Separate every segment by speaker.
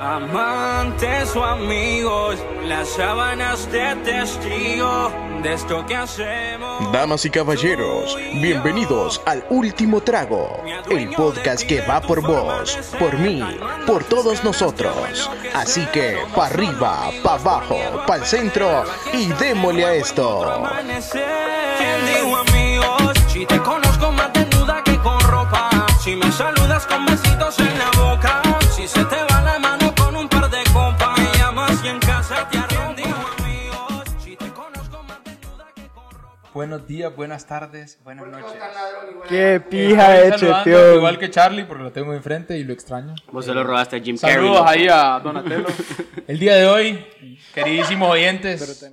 Speaker 1: Amantes o amigos, las sábanas de testigo de esto que hacemos.
Speaker 2: Damas y caballeros, bienvenidos al Último Trago, el podcast que va por vos, por mí, por todos nosotros. Así que, pa' arriba, pa' abajo, pa' el centro y démosle a esto.
Speaker 1: ¿Quién dijo amigos? Si te conozco más desnuda que con ropa. Si me saludas con besitos en la boca. Si se te va la mano con un par de copas. Me llamas y en casa te arrondo. ¿Quién dijo amigos? Si te conozco más desnuda que con ropa.
Speaker 3: Buenos días, buenas tardes, buenas noches.
Speaker 4: Qué
Speaker 3: Estoy
Speaker 4: pija hecho,
Speaker 3: saludando,
Speaker 4: tío.
Speaker 3: Igual que Charlie, porque lo tengo enfrente y lo extraño.
Speaker 5: Vos se lo robaste a Jim Carrey.
Speaker 4: Saludos
Speaker 5: loco.
Speaker 4: ahí a Donatello.
Speaker 3: El día de hoy, queridísimos oyentes,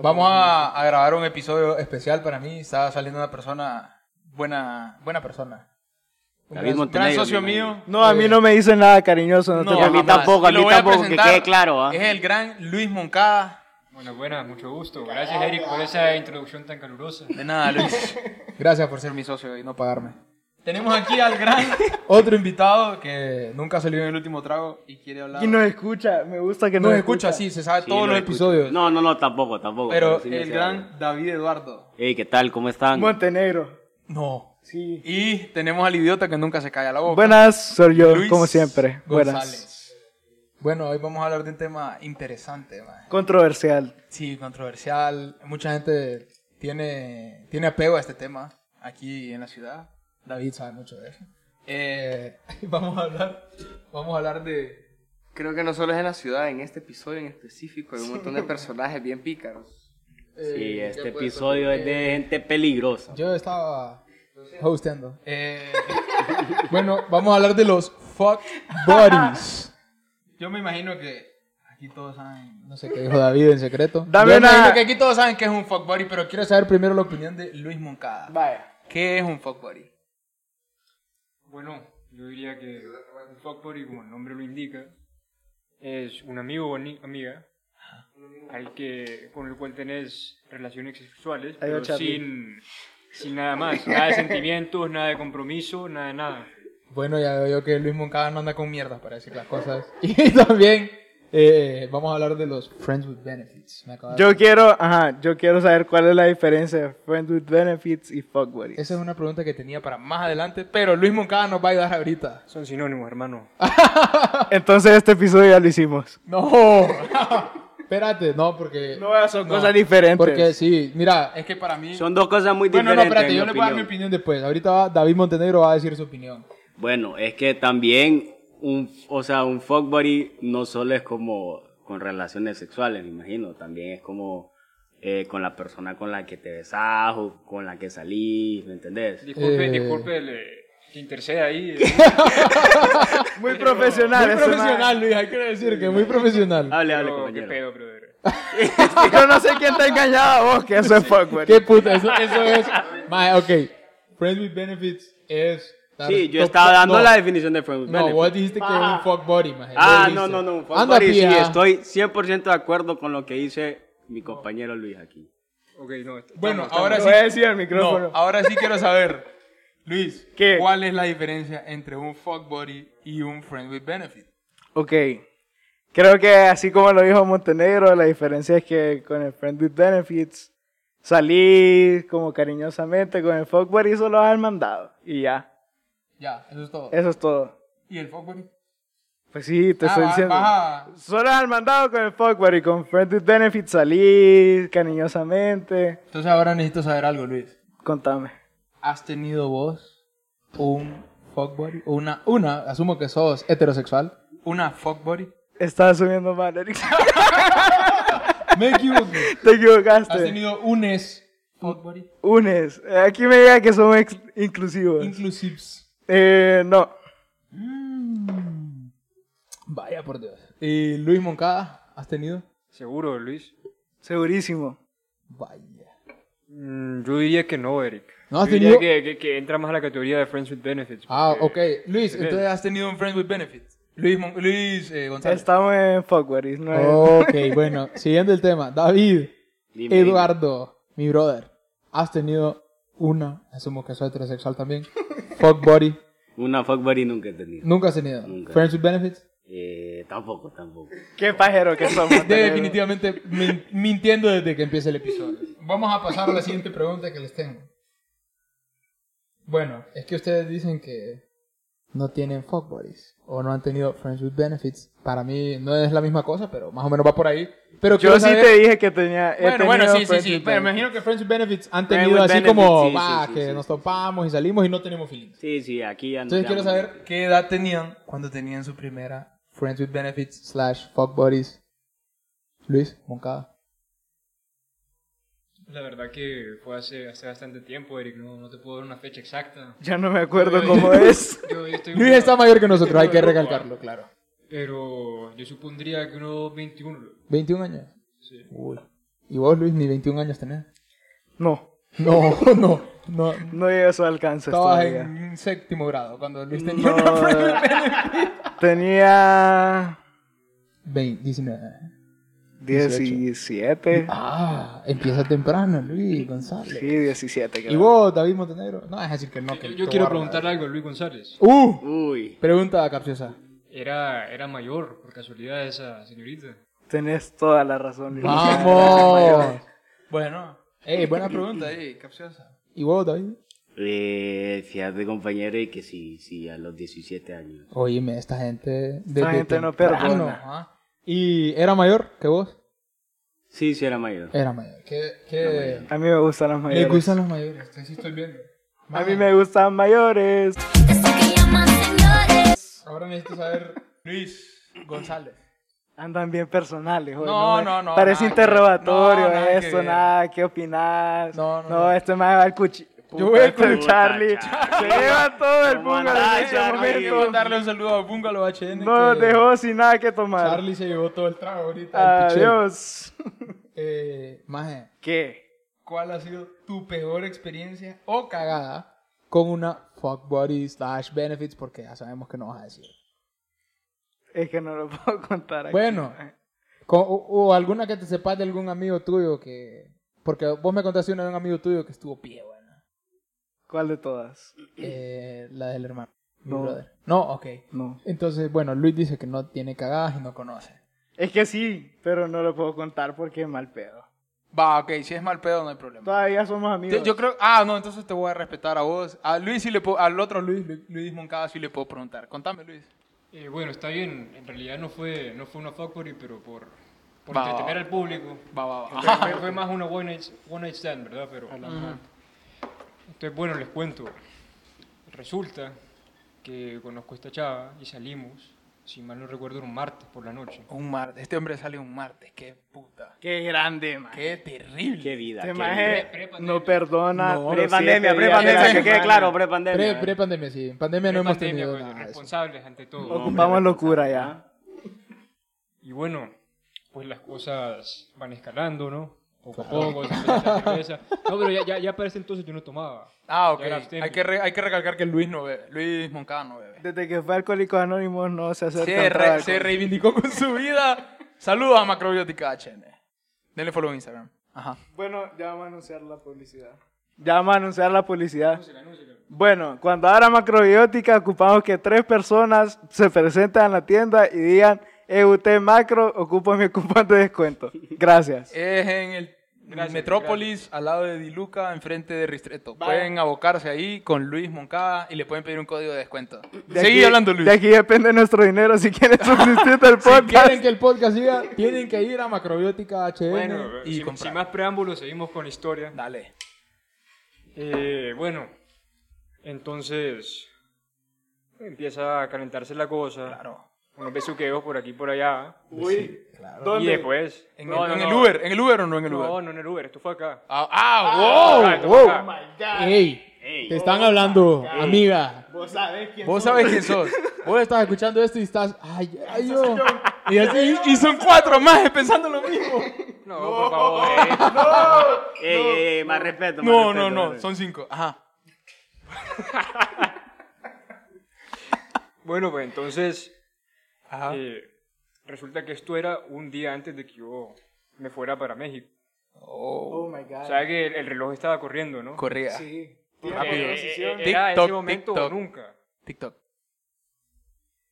Speaker 3: vamos a, a grabar un episodio especial para mí. Está saliendo una persona, buena, buena persona. Un
Speaker 5: David
Speaker 3: gran,
Speaker 5: Montenegro,
Speaker 3: gran socio
Speaker 5: mi
Speaker 3: mío.
Speaker 4: No, a mí no me dicen nada cariñoso. No,
Speaker 3: No,
Speaker 4: te
Speaker 5: a mí
Speaker 4: preocupes.
Speaker 3: jamás.
Speaker 5: tampoco, a
Speaker 3: Y lo
Speaker 5: mí
Speaker 3: voy a
Speaker 5: tampoco, que
Speaker 3: presentar.
Speaker 5: quede claro, ¿ah?
Speaker 3: Es el gran Luis Moncada.
Speaker 6: Bueno, buenas, mucho gusto. Gracias, Eric, por esa introducción tan calurosa.
Speaker 3: De nada, Luis. Gracias por ser mi socio y no pagarme. Tenemos aquí al gran otro invitado que nunca salió en el último trago y quiere hablar.
Speaker 4: Y nos escucha, me gusta que
Speaker 3: Nos
Speaker 4: nos,
Speaker 3: escucha, sí, se sabe
Speaker 5: Sí,
Speaker 3: todos
Speaker 5: lo
Speaker 3: los
Speaker 5: escucho.
Speaker 3: episodios.
Speaker 5: No, no, no, tampoco, tampoco.
Speaker 3: Pero
Speaker 5: sí me
Speaker 3: el
Speaker 5: sé algo.
Speaker 3: gran David Eduardo.
Speaker 5: Ey, ¿qué tal? ¿Cómo están?
Speaker 4: Montenegro.
Speaker 3: No.
Speaker 4: Sí.
Speaker 3: Y tenemos al idiota que nunca se calla la boca.
Speaker 4: Buenas, soy yo,
Speaker 3: Luis
Speaker 4: como siempre. Buenas.
Speaker 3: González. Bueno, hoy vamos a hablar de un tema interesante, man.
Speaker 4: Controversial.
Speaker 3: Sí, controversial. Mucha gente tiene, tiene apego a este tema aquí en la ciudad. David sabe mucho de eso. Eh, vamos a hablar, vamos a hablar de,
Speaker 7: Creo que no solo es en la ciudad, en este episodio en específico hay un montón de personajes bien pícaros.
Speaker 5: Sí, este episodio es de gente peligrosa.
Speaker 3: Yo estaba hosteando. Eh, bueno, vamos a hablar de los fuck buddies. Yo me imagino que aquí todos saben, no sé qué dijo David en secreto.
Speaker 4: Dame
Speaker 3: Yo me
Speaker 4: una-
Speaker 3: imagino que aquí todos saben qué es un fuck buddy, pero quiero saber primero la opinión de Luis Moncada.
Speaker 4: Vaya.
Speaker 3: ¿Qué es un fuck buddy?
Speaker 6: Bueno, yo diría que un fuck buddy, como el nombre lo indica, es un amigo o ni- amiga al que, con el cual tenés relaciones sexuales,
Speaker 4: Ahí va
Speaker 6: pero
Speaker 4: Charlie.
Speaker 6: sin, sin nada más. Nada de sentimientos, nada de compromiso, nada de nada.
Speaker 3: Bueno, ya veo yo que Luis Moncada no anda con mierda para decir las cosas. Y también eh, vamos a hablar de los friends with benefits. Me acaba de-
Speaker 4: Yo quiero, ajá, yo quiero saber cuál es la diferencia de Friend with Benefits y Fuck Buddy.
Speaker 3: Esa es una pregunta que tenía para más adelante, pero Luis Moncada nos va a ayudar ahorita.
Speaker 6: Son sinónimos, hermano.
Speaker 4: Entonces este episodio ya lo hicimos.
Speaker 3: No, espérate, no, porque.
Speaker 4: No, son
Speaker 3: no,
Speaker 4: cosas diferentes.
Speaker 3: Porque sí, mira, es que para mí.
Speaker 5: Son dos cosas muy
Speaker 3: bueno,
Speaker 5: diferentes.
Speaker 3: no, espérate,
Speaker 5: en
Speaker 3: yo
Speaker 5: mi
Speaker 3: le voy a dar mi
Speaker 5: opinión.
Speaker 3: opinión después. Ahorita va- David Montenegro va a decir su opinión.
Speaker 5: Bueno, es que también, un, o sea, un fuck buddy no solo es como con relaciones sexuales, me imagino, también es como eh, con la persona con la que te besás o con la que salís, ¿me entendés?
Speaker 6: Disculpe,
Speaker 3: Eh.
Speaker 6: disculpe el, eh, que intercede ahí. eh.
Speaker 4: Muy profesional.
Speaker 3: muy
Speaker 5: Ah,
Speaker 4: ese man.
Speaker 3: profesional, Luis, hay que decir que muy profesional.
Speaker 5: Hable, hable,
Speaker 6: Pero, ¿Qué
Speaker 5: compañero.
Speaker 6: pedo, brother?
Speaker 4: Yo no sé quién te ha engañado a vos, que eso es Fuck Buddy.
Speaker 3: Qué puta, eso, eso es. Mae, ok, Friends with Benefits es. dar-
Speaker 5: Sí, yo
Speaker 3: top-
Speaker 5: estaba dando
Speaker 3: no,
Speaker 5: la definición de friend with
Speaker 3: No,
Speaker 5: benefit.
Speaker 3: vos dijiste que es un fuck buddy, mae.
Speaker 5: Ah,
Speaker 3: Vos
Speaker 5: no,
Speaker 3: dijiste.
Speaker 5: no, no. Fuck
Speaker 3: Anda,
Speaker 5: buddy, sí,
Speaker 3: pija.
Speaker 5: estoy 100% de acuerdo con lo que dice mi compañero Luis aquí.
Speaker 6: Ok, no.
Speaker 3: Bueno,
Speaker 6: estamos,
Speaker 3: ahora
Speaker 4: Lo
Speaker 3: sí.
Speaker 4: voy a decir al
Speaker 3: No,
Speaker 4: micrófono.
Speaker 3: ahora sí quiero saber, Luis,
Speaker 4: ¿Qué?
Speaker 3: ¿cuál es la diferencia entre un fuck buddy y un friend with benefit?
Speaker 4: Ok. Creo que así como lo dijo Montenegro, la diferencia es que con el Friend with Benefits salí como cariñosamente con el fuck buddy solo al mandado. Y ya.
Speaker 3: Ya, eso es todo.
Speaker 5: Eh,
Speaker 4: Eso es todo.
Speaker 3: ¿Y el fuck buddy?
Speaker 4: Pues sí, te
Speaker 3: Ah,
Speaker 4: estoy
Speaker 3: va-
Speaker 4: diciendo.
Speaker 3: vas a-
Speaker 4: Solo al mandado con el fuck buddy. Con Friend with Benefits salí cariñosamente.
Speaker 3: Entonces ahora necesito saber algo, Luis.
Speaker 4: Contame.
Speaker 3: ¿Has tenido vos un fuck buddy? O Una, una, asumo que sos heterosexual. ¿Una fuck buddy?
Speaker 4: Estás subiendo mal, Eric.
Speaker 3: Me equivoqué. Este.
Speaker 4: te
Speaker 3: ¿Has
Speaker 4: equivocaste.
Speaker 3: tenido unes fuck buddy?
Speaker 4: Unes. Aquí me diga que somos ex- inclusivos.
Speaker 3: Inclusives.
Speaker 4: eh, no.
Speaker 3: Vaya por Dios. ¿Y Luis Moncada? ¿Has tenido?
Speaker 6: ¿Seguro, Luis?
Speaker 4: Segurísimo.
Speaker 3: Vaya.
Speaker 6: Mm, yo diría que no, Eric.
Speaker 3: ¿No has
Speaker 6: Yo diría
Speaker 3: tenido?
Speaker 6: que, que- que entra más a la categoría de Friends with Benefits.
Speaker 3: Ah, ok.
Speaker 6: porque-
Speaker 3: Luis, entonces has tenido un friend with benefits. Luis, Mon- Luis eh, González.
Speaker 4: Estamos en fuck buddies. No
Speaker 3: Oh,
Speaker 4: es-
Speaker 3: Ok, bueno, siguiendo el tema. David,
Speaker 5: Dime, dime.
Speaker 3: Eduardo, mi brother, has tenido una, asumo que soy heterosexual también, fuck buddy,
Speaker 5: Una fuck buddy nunca he tenido.
Speaker 3: nunca has tenido.
Speaker 5: Nunca.
Speaker 3: Friends with benefits,
Speaker 5: Eh, tampoco, tampoco.
Speaker 4: Qué pajero que somos.
Speaker 3: De- definitivamente min- mintiendo desde que empieza el episodio. Vamos a pasar a la siguiente pregunta que les tengo. Bueno, es que ustedes dicen que no tienen fuck buddies o no han tenido friends with benefits. Para mí no es la misma cosa, pero más o menos va por ahí. Pero
Speaker 4: Yo
Speaker 3: quiero
Speaker 4: sí
Speaker 3: saber-
Speaker 4: te dije que tenía. he
Speaker 3: Bueno, bueno,
Speaker 4: tenido
Speaker 3: sí, sí,
Speaker 4: friends
Speaker 3: sí.
Speaker 4: with
Speaker 3: Pero me
Speaker 4: benefits.
Speaker 3: imagino que friends with benefits han
Speaker 5: Friends
Speaker 3: tenido
Speaker 5: with
Speaker 3: así
Speaker 5: benefits,
Speaker 3: como
Speaker 5: sí,
Speaker 3: "Bah,
Speaker 5: sí, sí,
Speaker 3: que
Speaker 5: sí,
Speaker 3: nos
Speaker 5: sí".
Speaker 3: topamos y salimos y no tenemos feelings.
Speaker 5: Sí, sí, aquí ya
Speaker 3: Entonces quiero saber qué edad tenían cuando tenían su primera friends with benefits slash fuck buddies. Luis Moncada.
Speaker 6: La verdad que fue hace, hace bastante tiempo, Eric. No, no te puedo dar una fecha exacta.
Speaker 4: Ya no me acuerdo cómo es.
Speaker 6: Yo, yo estoy
Speaker 3: Luis está mayor que nosotros, hay que recalcarlo, claro.
Speaker 6: Pero yo supondría que unos 21.
Speaker 3: 21 años.
Speaker 6: Sí.
Speaker 3: Uy. ¿Y vos, Luis, ni 21 años tenés?
Speaker 4: No,
Speaker 3: No, no, no.
Speaker 4: no llegué a su alcance.
Speaker 3: Estabas
Speaker 4: todavía.
Speaker 3: en séptimo grado cuando Luis tenía una friend
Speaker 4: No,
Speaker 3: with benefits.
Speaker 4: tenía
Speaker 3: 20, 19.
Speaker 4: 17.
Speaker 3: Ah, empieza temprano, Luis González.
Speaker 4: Sí, 17.
Speaker 3: ¿Y
Speaker 4: creo.
Speaker 3: vos, David Montenegro? No, es decir que no.
Speaker 6: Yo,
Speaker 3: que
Speaker 6: yo
Speaker 3: te
Speaker 6: quiero
Speaker 3: guarda.
Speaker 6: preguntarle algo a Luis González.
Speaker 3: ¡Uh!
Speaker 5: Uy,
Speaker 3: Pregunta capciosa.
Speaker 6: ¿Era, ¿Era mayor, por casualidad, esa señorita?
Speaker 4: Tenés toda la razón. Luis.
Speaker 3: ¡Vamos! bueno. Ey, buena pregunta, ey, capciosa. ¿Y vos, David?
Speaker 5: eh, fíjate compañero y que sí, sí, a los 17 años.
Speaker 3: Oíme, esta gente... desde
Speaker 4: Esta gente no
Speaker 3: temprano,
Speaker 4: perdona.
Speaker 3: ajá. ¿Y era mayor que vos?
Speaker 5: Sí, sí, era mayor.
Speaker 3: Era mayor. ¿Qué? qué...
Speaker 4: A mí me gustan las
Speaker 3: Me
Speaker 4: mayores.
Speaker 3: gustan los mayores, estoy- sí estoy viendo.
Speaker 4: A mí me gustan mayores.
Speaker 3: Ahora necesito saber... Luis González.
Speaker 4: Andan bien personales, joder.
Speaker 3: No,
Speaker 4: me-
Speaker 3: no, no,
Speaker 4: Parece
Speaker 3: nada que-
Speaker 4: interrogatorio
Speaker 3: no, nada que
Speaker 4: esto,
Speaker 3: ver.
Speaker 4: nada, ¿qué opinás?
Speaker 3: No, no,
Speaker 4: No,
Speaker 3: no.
Speaker 4: este más va al cuchillo.
Speaker 3: Yo voy al
Speaker 4: este
Speaker 5: cuchi-
Speaker 4: Charlie.
Speaker 5: Puta,
Speaker 4: Se lleva todo el
Speaker 5: ¿Cómo
Speaker 4: mundo
Speaker 5: andás,
Speaker 4: en este
Speaker 5: Charlie?
Speaker 4: momento.
Speaker 3: un saludo a Bungalow HN.
Speaker 4: No nos dejó sin nada que tomar.
Speaker 3: Charlie se llevó todo el trago ahorita. el picheo.
Speaker 4: Adiós.
Speaker 3: Eh, Maje,
Speaker 4: ¿Qué?
Speaker 3: ¿cuál ha sido tu peor experiencia o cagada con una fuck buddy slash benefits? Porque ya sabemos que no vas a decir.
Speaker 4: Es que no lo puedo contar aquí.
Speaker 3: Bueno, con- o, o alguna que te sepas de algún amigo tuyo que... Porque vos me contaste una de un amigo tuyo que estuvo pie, buena.
Speaker 4: ¿Cuál de todas?
Speaker 3: Eh, la del hermano. mi
Speaker 4: No.
Speaker 3: brother. No, ok.
Speaker 4: No.
Speaker 3: Entonces, bueno, Luis dice que no tiene cagadas y no conoce.
Speaker 4: Es que sí, pero no lo puedo contar porque es mal pedo.
Speaker 3: Va, ok, si es mal pedo no hay problema.
Speaker 4: Todavía somos amigos.
Speaker 3: Te- Yo creo, ah, no, entonces te voy a respetar a vos. A Luis sí le puedo, al otro Luis, Lu- Luis Moncada sí le puedo preguntar. Contame, Luis.
Speaker 6: Eh, bueno, está bien. En realidad no fue, no fue una fuckboy, pero por, por
Speaker 3: Va,
Speaker 6: entretener
Speaker 3: va.
Speaker 6: al público.
Speaker 3: Va, va, Ah, va.
Speaker 6: Fue- Fue, fue más una one night, one night stand, ¿verdad? Pero, Ajá. Entonces, bueno, les cuento. Resulta que conozco a esta chava y salimos, si mal no recuerdo, era un martes por la noche.
Speaker 3: Un martes, este hombre sale un martes, qué puta.
Speaker 4: Qué grande, man.
Speaker 3: Qué terrible.
Speaker 5: Qué vida.
Speaker 4: Este
Speaker 5: qué
Speaker 4: maje
Speaker 3: eh,
Speaker 5: vida.
Speaker 4: no perdona.
Speaker 3: No, este
Speaker 4: pero siete
Speaker 5: Prepandemia,
Speaker 4: días de
Speaker 5: prepandemia,
Speaker 4: la
Speaker 5: que quede
Speaker 4: semana.
Speaker 5: claro, prepandemia.
Speaker 3: Pre, pandemia sí, en pandemia no hemos
Speaker 6: Pandemia,
Speaker 3: tenido
Speaker 6: pues,
Speaker 3: nada de eso.
Speaker 6: responsables ante todo.
Speaker 4: Ocupamos locura ya.
Speaker 6: Y bueno, pues las cosas van escalando, ¿no? Poco a poco, se empieza la cerveza. No, pero ya, ya, ya para ese entonces yo no tomaba.
Speaker 3: Ah, ok.
Speaker 6: Ya era abstemio.
Speaker 3: Hay que, re- hay que recalcar que Luis no bebe, Luis Moncada no bebe.
Speaker 4: Desde que fue Alcohólicos Anónimos no se acerca.
Speaker 3: Se, re- se reivindicó con su vida. Saludos a Macrobiótica HN. Denle follow en Instagram. Ajá.
Speaker 4: Bueno, ya vamos a anunciar la publicidad. Ya vamos a anunciar la publicidad. Bueno, cuando abra macrobiótica, ocupamos que tres personas se presenten a la tienda y digan, EUT Macro, ocupo mi cupón de descuento. Gracias.
Speaker 3: Es en el Metrópolis, al lado de Diluca, enfrente de Ristreto. Pueden abocarse ahí con Luis Moncada y le pueden pedir un código de descuento.
Speaker 4: De
Speaker 3: Seguí
Speaker 4: aquí-
Speaker 3: hablando, Luis.
Speaker 4: De aquí depende nuestro dinero si quieren subsistir el podcast.
Speaker 3: Quieren que el podcast siga, tienen que ir a Macrobiótica HN
Speaker 6: Bueno,
Speaker 3: y
Speaker 6: sin- sin,
Speaker 3: eh, comprar.
Speaker 6: más preámbulos, seguimos con la historia.
Speaker 3: Dale.
Speaker 6: Eh, bueno, entonces empieza a calentarse la cosa.
Speaker 3: Claro.
Speaker 6: Unos besuqueos por aquí y por allá.
Speaker 4: Uy,
Speaker 6: Y después.
Speaker 3: En,
Speaker 6: No,
Speaker 3: el,
Speaker 6: no,
Speaker 3: en
Speaker 6: no.
Speaker 3: el Uber, en el Uber o no en el Uber.
Speaker 6: No, no en el Uber, esto fue acá.
Speaker 3: Ah, ah,
Speaker 6: Acá, esto fue
Speaker 3: wow,
Speaker 6: acá.
Speaker 3: Ey, te están hablando, amiga.
Speaker 4: Vos sabés quién
Speaker 3: Vos sabés quién sos. Vos estás escuchando esto y estás. Ay, ay, yo. Y, así, y son cuatro más pensando lo mismo.
Speaker 6: No, por favor. eh.
Speaker 5: Ey, ey, ey, Eh, más respeto. más
Speaker 3: No, no,
Speaker 5: respeto, más
Speaker 3: no,
Speaker 5: respeto.
Speaker 3: son cinco. Ajá.
Speaker 6: Bueno, pues entonces
Speaker 8: Ah.
Speaker 3: Ajá.
Speaker 6: eh, resulta que esto era un día antes de que yo me fuera para México.
Speaker 4: Oh my
Speaker 8: Ah.
Speaker 4: god.
Speaker 6: O sea que el, el reloj estaba corriendo, ¿no?
Speaker 3: Corría.
Speaker 4: Sí.
Speaker 3: rápido.
Speaker 6: Eh, eh,
Speaker 3: Tic-toc,
Speaker 6: era ese momento o
Speaker 3: tic-toc.
Speaker 6: nunca.
Speaker 3: TikTok.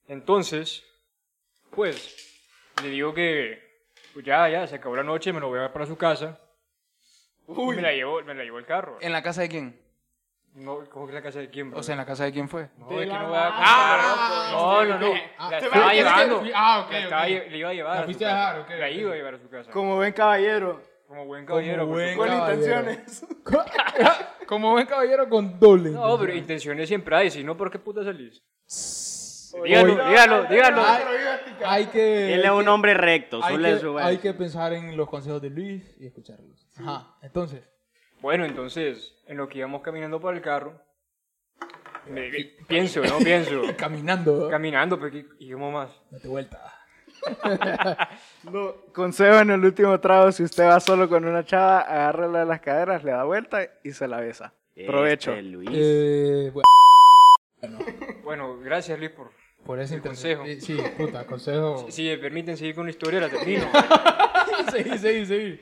Speaker 6: Entonces, Pues le digo que pues ya, ya, se acabó la noche, me lo voy a para su casa. Y Me la llevó, me la llevó el carro.
Speaker 8: ¿En la casa de quién?
Speaker 6: No, ¿Cómo que la casa de quién, bro?
Speaker 8: O sea, ¿en la casa de quién fue?
Speaker 6: no, es que no voy a contar.
Speaker 3: este
Speaker 6: No, no, no. La estaba llevando.
Speaker 3: Ah, ok,
Speaker 6: La estaba lle-
Speaker 3: ok.
Speaker 6: Le iba a llevar.
Speaker 3: La
Speaker 6: a su
Speaker 3: fuiste a
Speaker 6: casa.
Speaker 3: dejar, ok,
Speaker 6: La
Speaker 3: ok.
Speaker 6: iba a llevar a su casa.
Speaker 4: Como buen caballero.
Speaker 6: Como buen caballero. por
Speaker 3: buen
Speaker 6: supuesto.
Speaker 4: Con
Speaker 3: Caballero.
Speaker 4: intenciones.
Speaker 3: Como buen caballero con doble.
Speaker 6: No, pero intenciones siempre hay, si no, ¿por qué puta salís?
Speaker 3: Dígalo,
Speaker 5: dígalo, dígalo.
Speaker 3: Ay, hay que.
Speaker 5: Él es un hombre recto,
Speaker 3: hay
Speaker 5: solo
Speaker 3: que-
Speaker 5: eso, güey.
Speaker 3: hay que pensar en los consejos de Luis y escucharlos. Ajá. Entonces,
Speaker 6: Bueno, entonces, en lo que íbamos caminando para el carro, me- pienso, ¿no? Pienso.
Speaker 3: caminando,
Speaker 6: Caminando, pero ¿qué- ¿y cómo más?
Speaker 3: date vuelta.
Speaker 4: No, Consejo en el último trago, si usted va solo con una chava, agárrela de las caderas, le da vuelta y se la besa.
Speaker 5: Este
Speaker 4: Provecho.
Speaker 5: Luis.
Speaker 3: Eh, bueno,
Speaker 6: Bueno, gracias Luis por...
Speaker 3: por ese
Speaker 6: El
Speaker 3: interse-
Speaker 6: consejo.
Speaker 3: eh, Sí, puta, consejo.
Speaker 6: Si me permiten seguir con la historia, la termino.
Speaker 3: sí, sí, sí.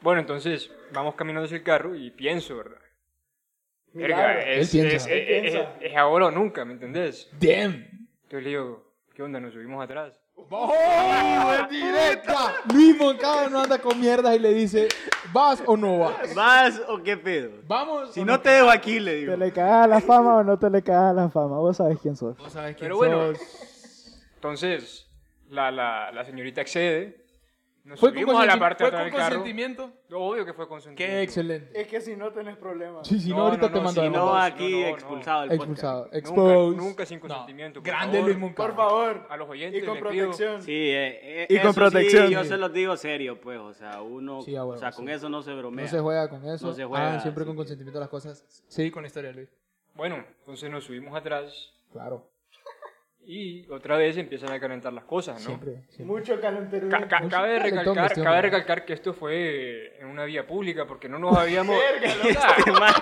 Speaker 6: bueno, entonces, vamos caminando hacia el carro y pienso, ¿verdad? Verga, es,
Speaker 3: Él piensa.
Speaker 6: es- es- es- es ahora o nunca, ¿me entendés?
Speaker 3: Damn.
Speaker 6: Entonces le digo, ¿qué onda? Nos subimos atrás.
Speaker 3: Directa. Luis Moncada no anda con mierdas y le dice, ¿vas o no vas?
Speaker 5: ¿Vas o qué pedo?
Speaker 3: Vamos.
Speaker 5: Si
Speaker 3: o
Speaker 5: no te dejo aquí, le digo.
Speaker 4: ¿Te le cagas la fama o no te le cagas la fama? Vos sabés quién sos.
Speaker 3: Vos sabés quién
Speaker 6: Pero bueno.
Speaker 3: sos.
Speaker 6: Entonces, la, la, la señorita accede. Nos
Speaker 3: Fue con,
Speaker 6: subimos a la
Speaker 3: consenti-
Speaker 6: parte de
Speaker 3: fue
Speaker 6: atrás
Speaker 3: con
Speaker 6: del carro.
Speaker 3: consentimiento.
Speaker 6: Obvio que fue consentimiento.
Speaker 3: Qué excelente.
Speaker 4: Es que si no tenés problemas.
Speaker 3: Sí, si no,
Speaker 6: No,
Speaker 3: ahorita
Speaker 6: no,
Speaker 3: te
Speaker 6: no,
Speaker 3: mando
Speaker 6: si
Speaker 3: a la
Speaker 6: no,
Speaker 5: No,
Speaker 3: mamá.
Speaker 5: aquí
Speaker 6: no, no, no.
Speaker 5: expulsado del
Speaker 3: Expulsado. Expose.
Speaker 6: Nunca, nunca sin consentimiento. por
Speaker 3: Grande
Speaker 6: favor.
Speaker 3: Luis Moncada.
Speaker 4: Por favor.
Speaker 6: A los
Speaker 4: Y
Speaker 6: oyentes.
Speaker 4: con
Speaker 6: les pido.
Speaker 4: protección.
Speaker 5: podcast. Sí, eh, eh,
Speaker 4: Y con
Speaker 5: eso
Speaker 4: protección.
Speaker 5: Sí, yo se los digo serio, pues, o sea, uno,
Speaker 3: Sí, ah, bueno,
Speaker 5: o sea,
Speaker 3: sí.
Speaker 5: con eso no se bromea.
Speaker 3: No se juega con eso.
Speaker 5: No se juega,
Speaker 3: Hagan siempre
Speaker 5: sí.
Speaker 3: con consentimiento las cosas. Sí, con la historia, Luis.
Speaker 6: Bueno, entonces nos subimos atrás
Speaker 3: Claro.
Speaker 6: y otra vez empiezan a calentar las cosas, ¿no?
Speaker 3: Siempre. siempre.
Speaker 4: Mucho calenterín.
Speaker 6: Ca- ca- cabe,
Speaker 3: Calentón
Speaker 6: recalcar,
Speaker 3: este hombre.
Speaker 6: cabe recalcar que esto fue en una vía pública porque no nos habíamos...
Speaker 5: Este man-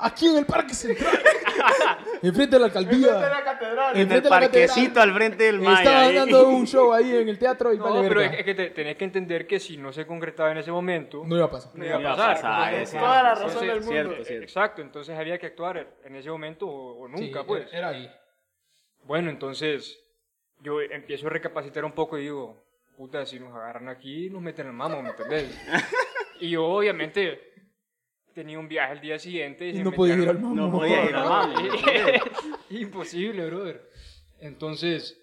Speaker 3: Aquí en el Parque Central. Enfrente de la alcaldía.
Speaker 4: la catedral.
Speaker 5: en el
Speaker 3: de la catedral.
Speaker 5: parquecito al frente del Maya. ¿eh?
Speaker 3: Estaban
Speaker 5: ahí.
Speaker 3: dando un show ahí en el teatro y
Speaker 6: No,
Speaker 3: vale
Speaker 6: pero
Speaker 3: verga.
Speaker 6: es, es que te- tenés que entender que si no se concretaba en ese momento...
Speaker 3: No iba a pasar.
Speaker 6: no iba a
Speaker 5: Iba a
Speaker 6: pasar.
Speaker 5: pasar,
Speaker 6: Entonces,
Speaker 5: es
Speaker 4: Toda la
Speaker 5: cierto,
Speaker 4: razón del mundo.
Speaker 5: Cierto,
Speaker 6: eh,
Speaker 5: cierto.
Speaker 6: Exacto, entonces había que actuar en ese momento o, o nunca,
Speaker 3: Sí,
Speaker 6: pues.
Speaker 3: era- Era ahí.
Speaker 6: Bueno, entonces yo empiezo a recapacitar un poco y digo, puta, si nos agarran aquí, nos meten al mamo, ¿me entendés? y yo obviamente tenía un viaje el día siguiente.
Speaker 3: Y
Speaker 6: se
Speaker 3: no
Speaker 6: me
Speaker 3: podía ir al
Speaker 6: quedaron-
Speaker 3: mambo.
Speaker 5: No podía ir a mami.
Speaker 6: Imposible, brother. Entonces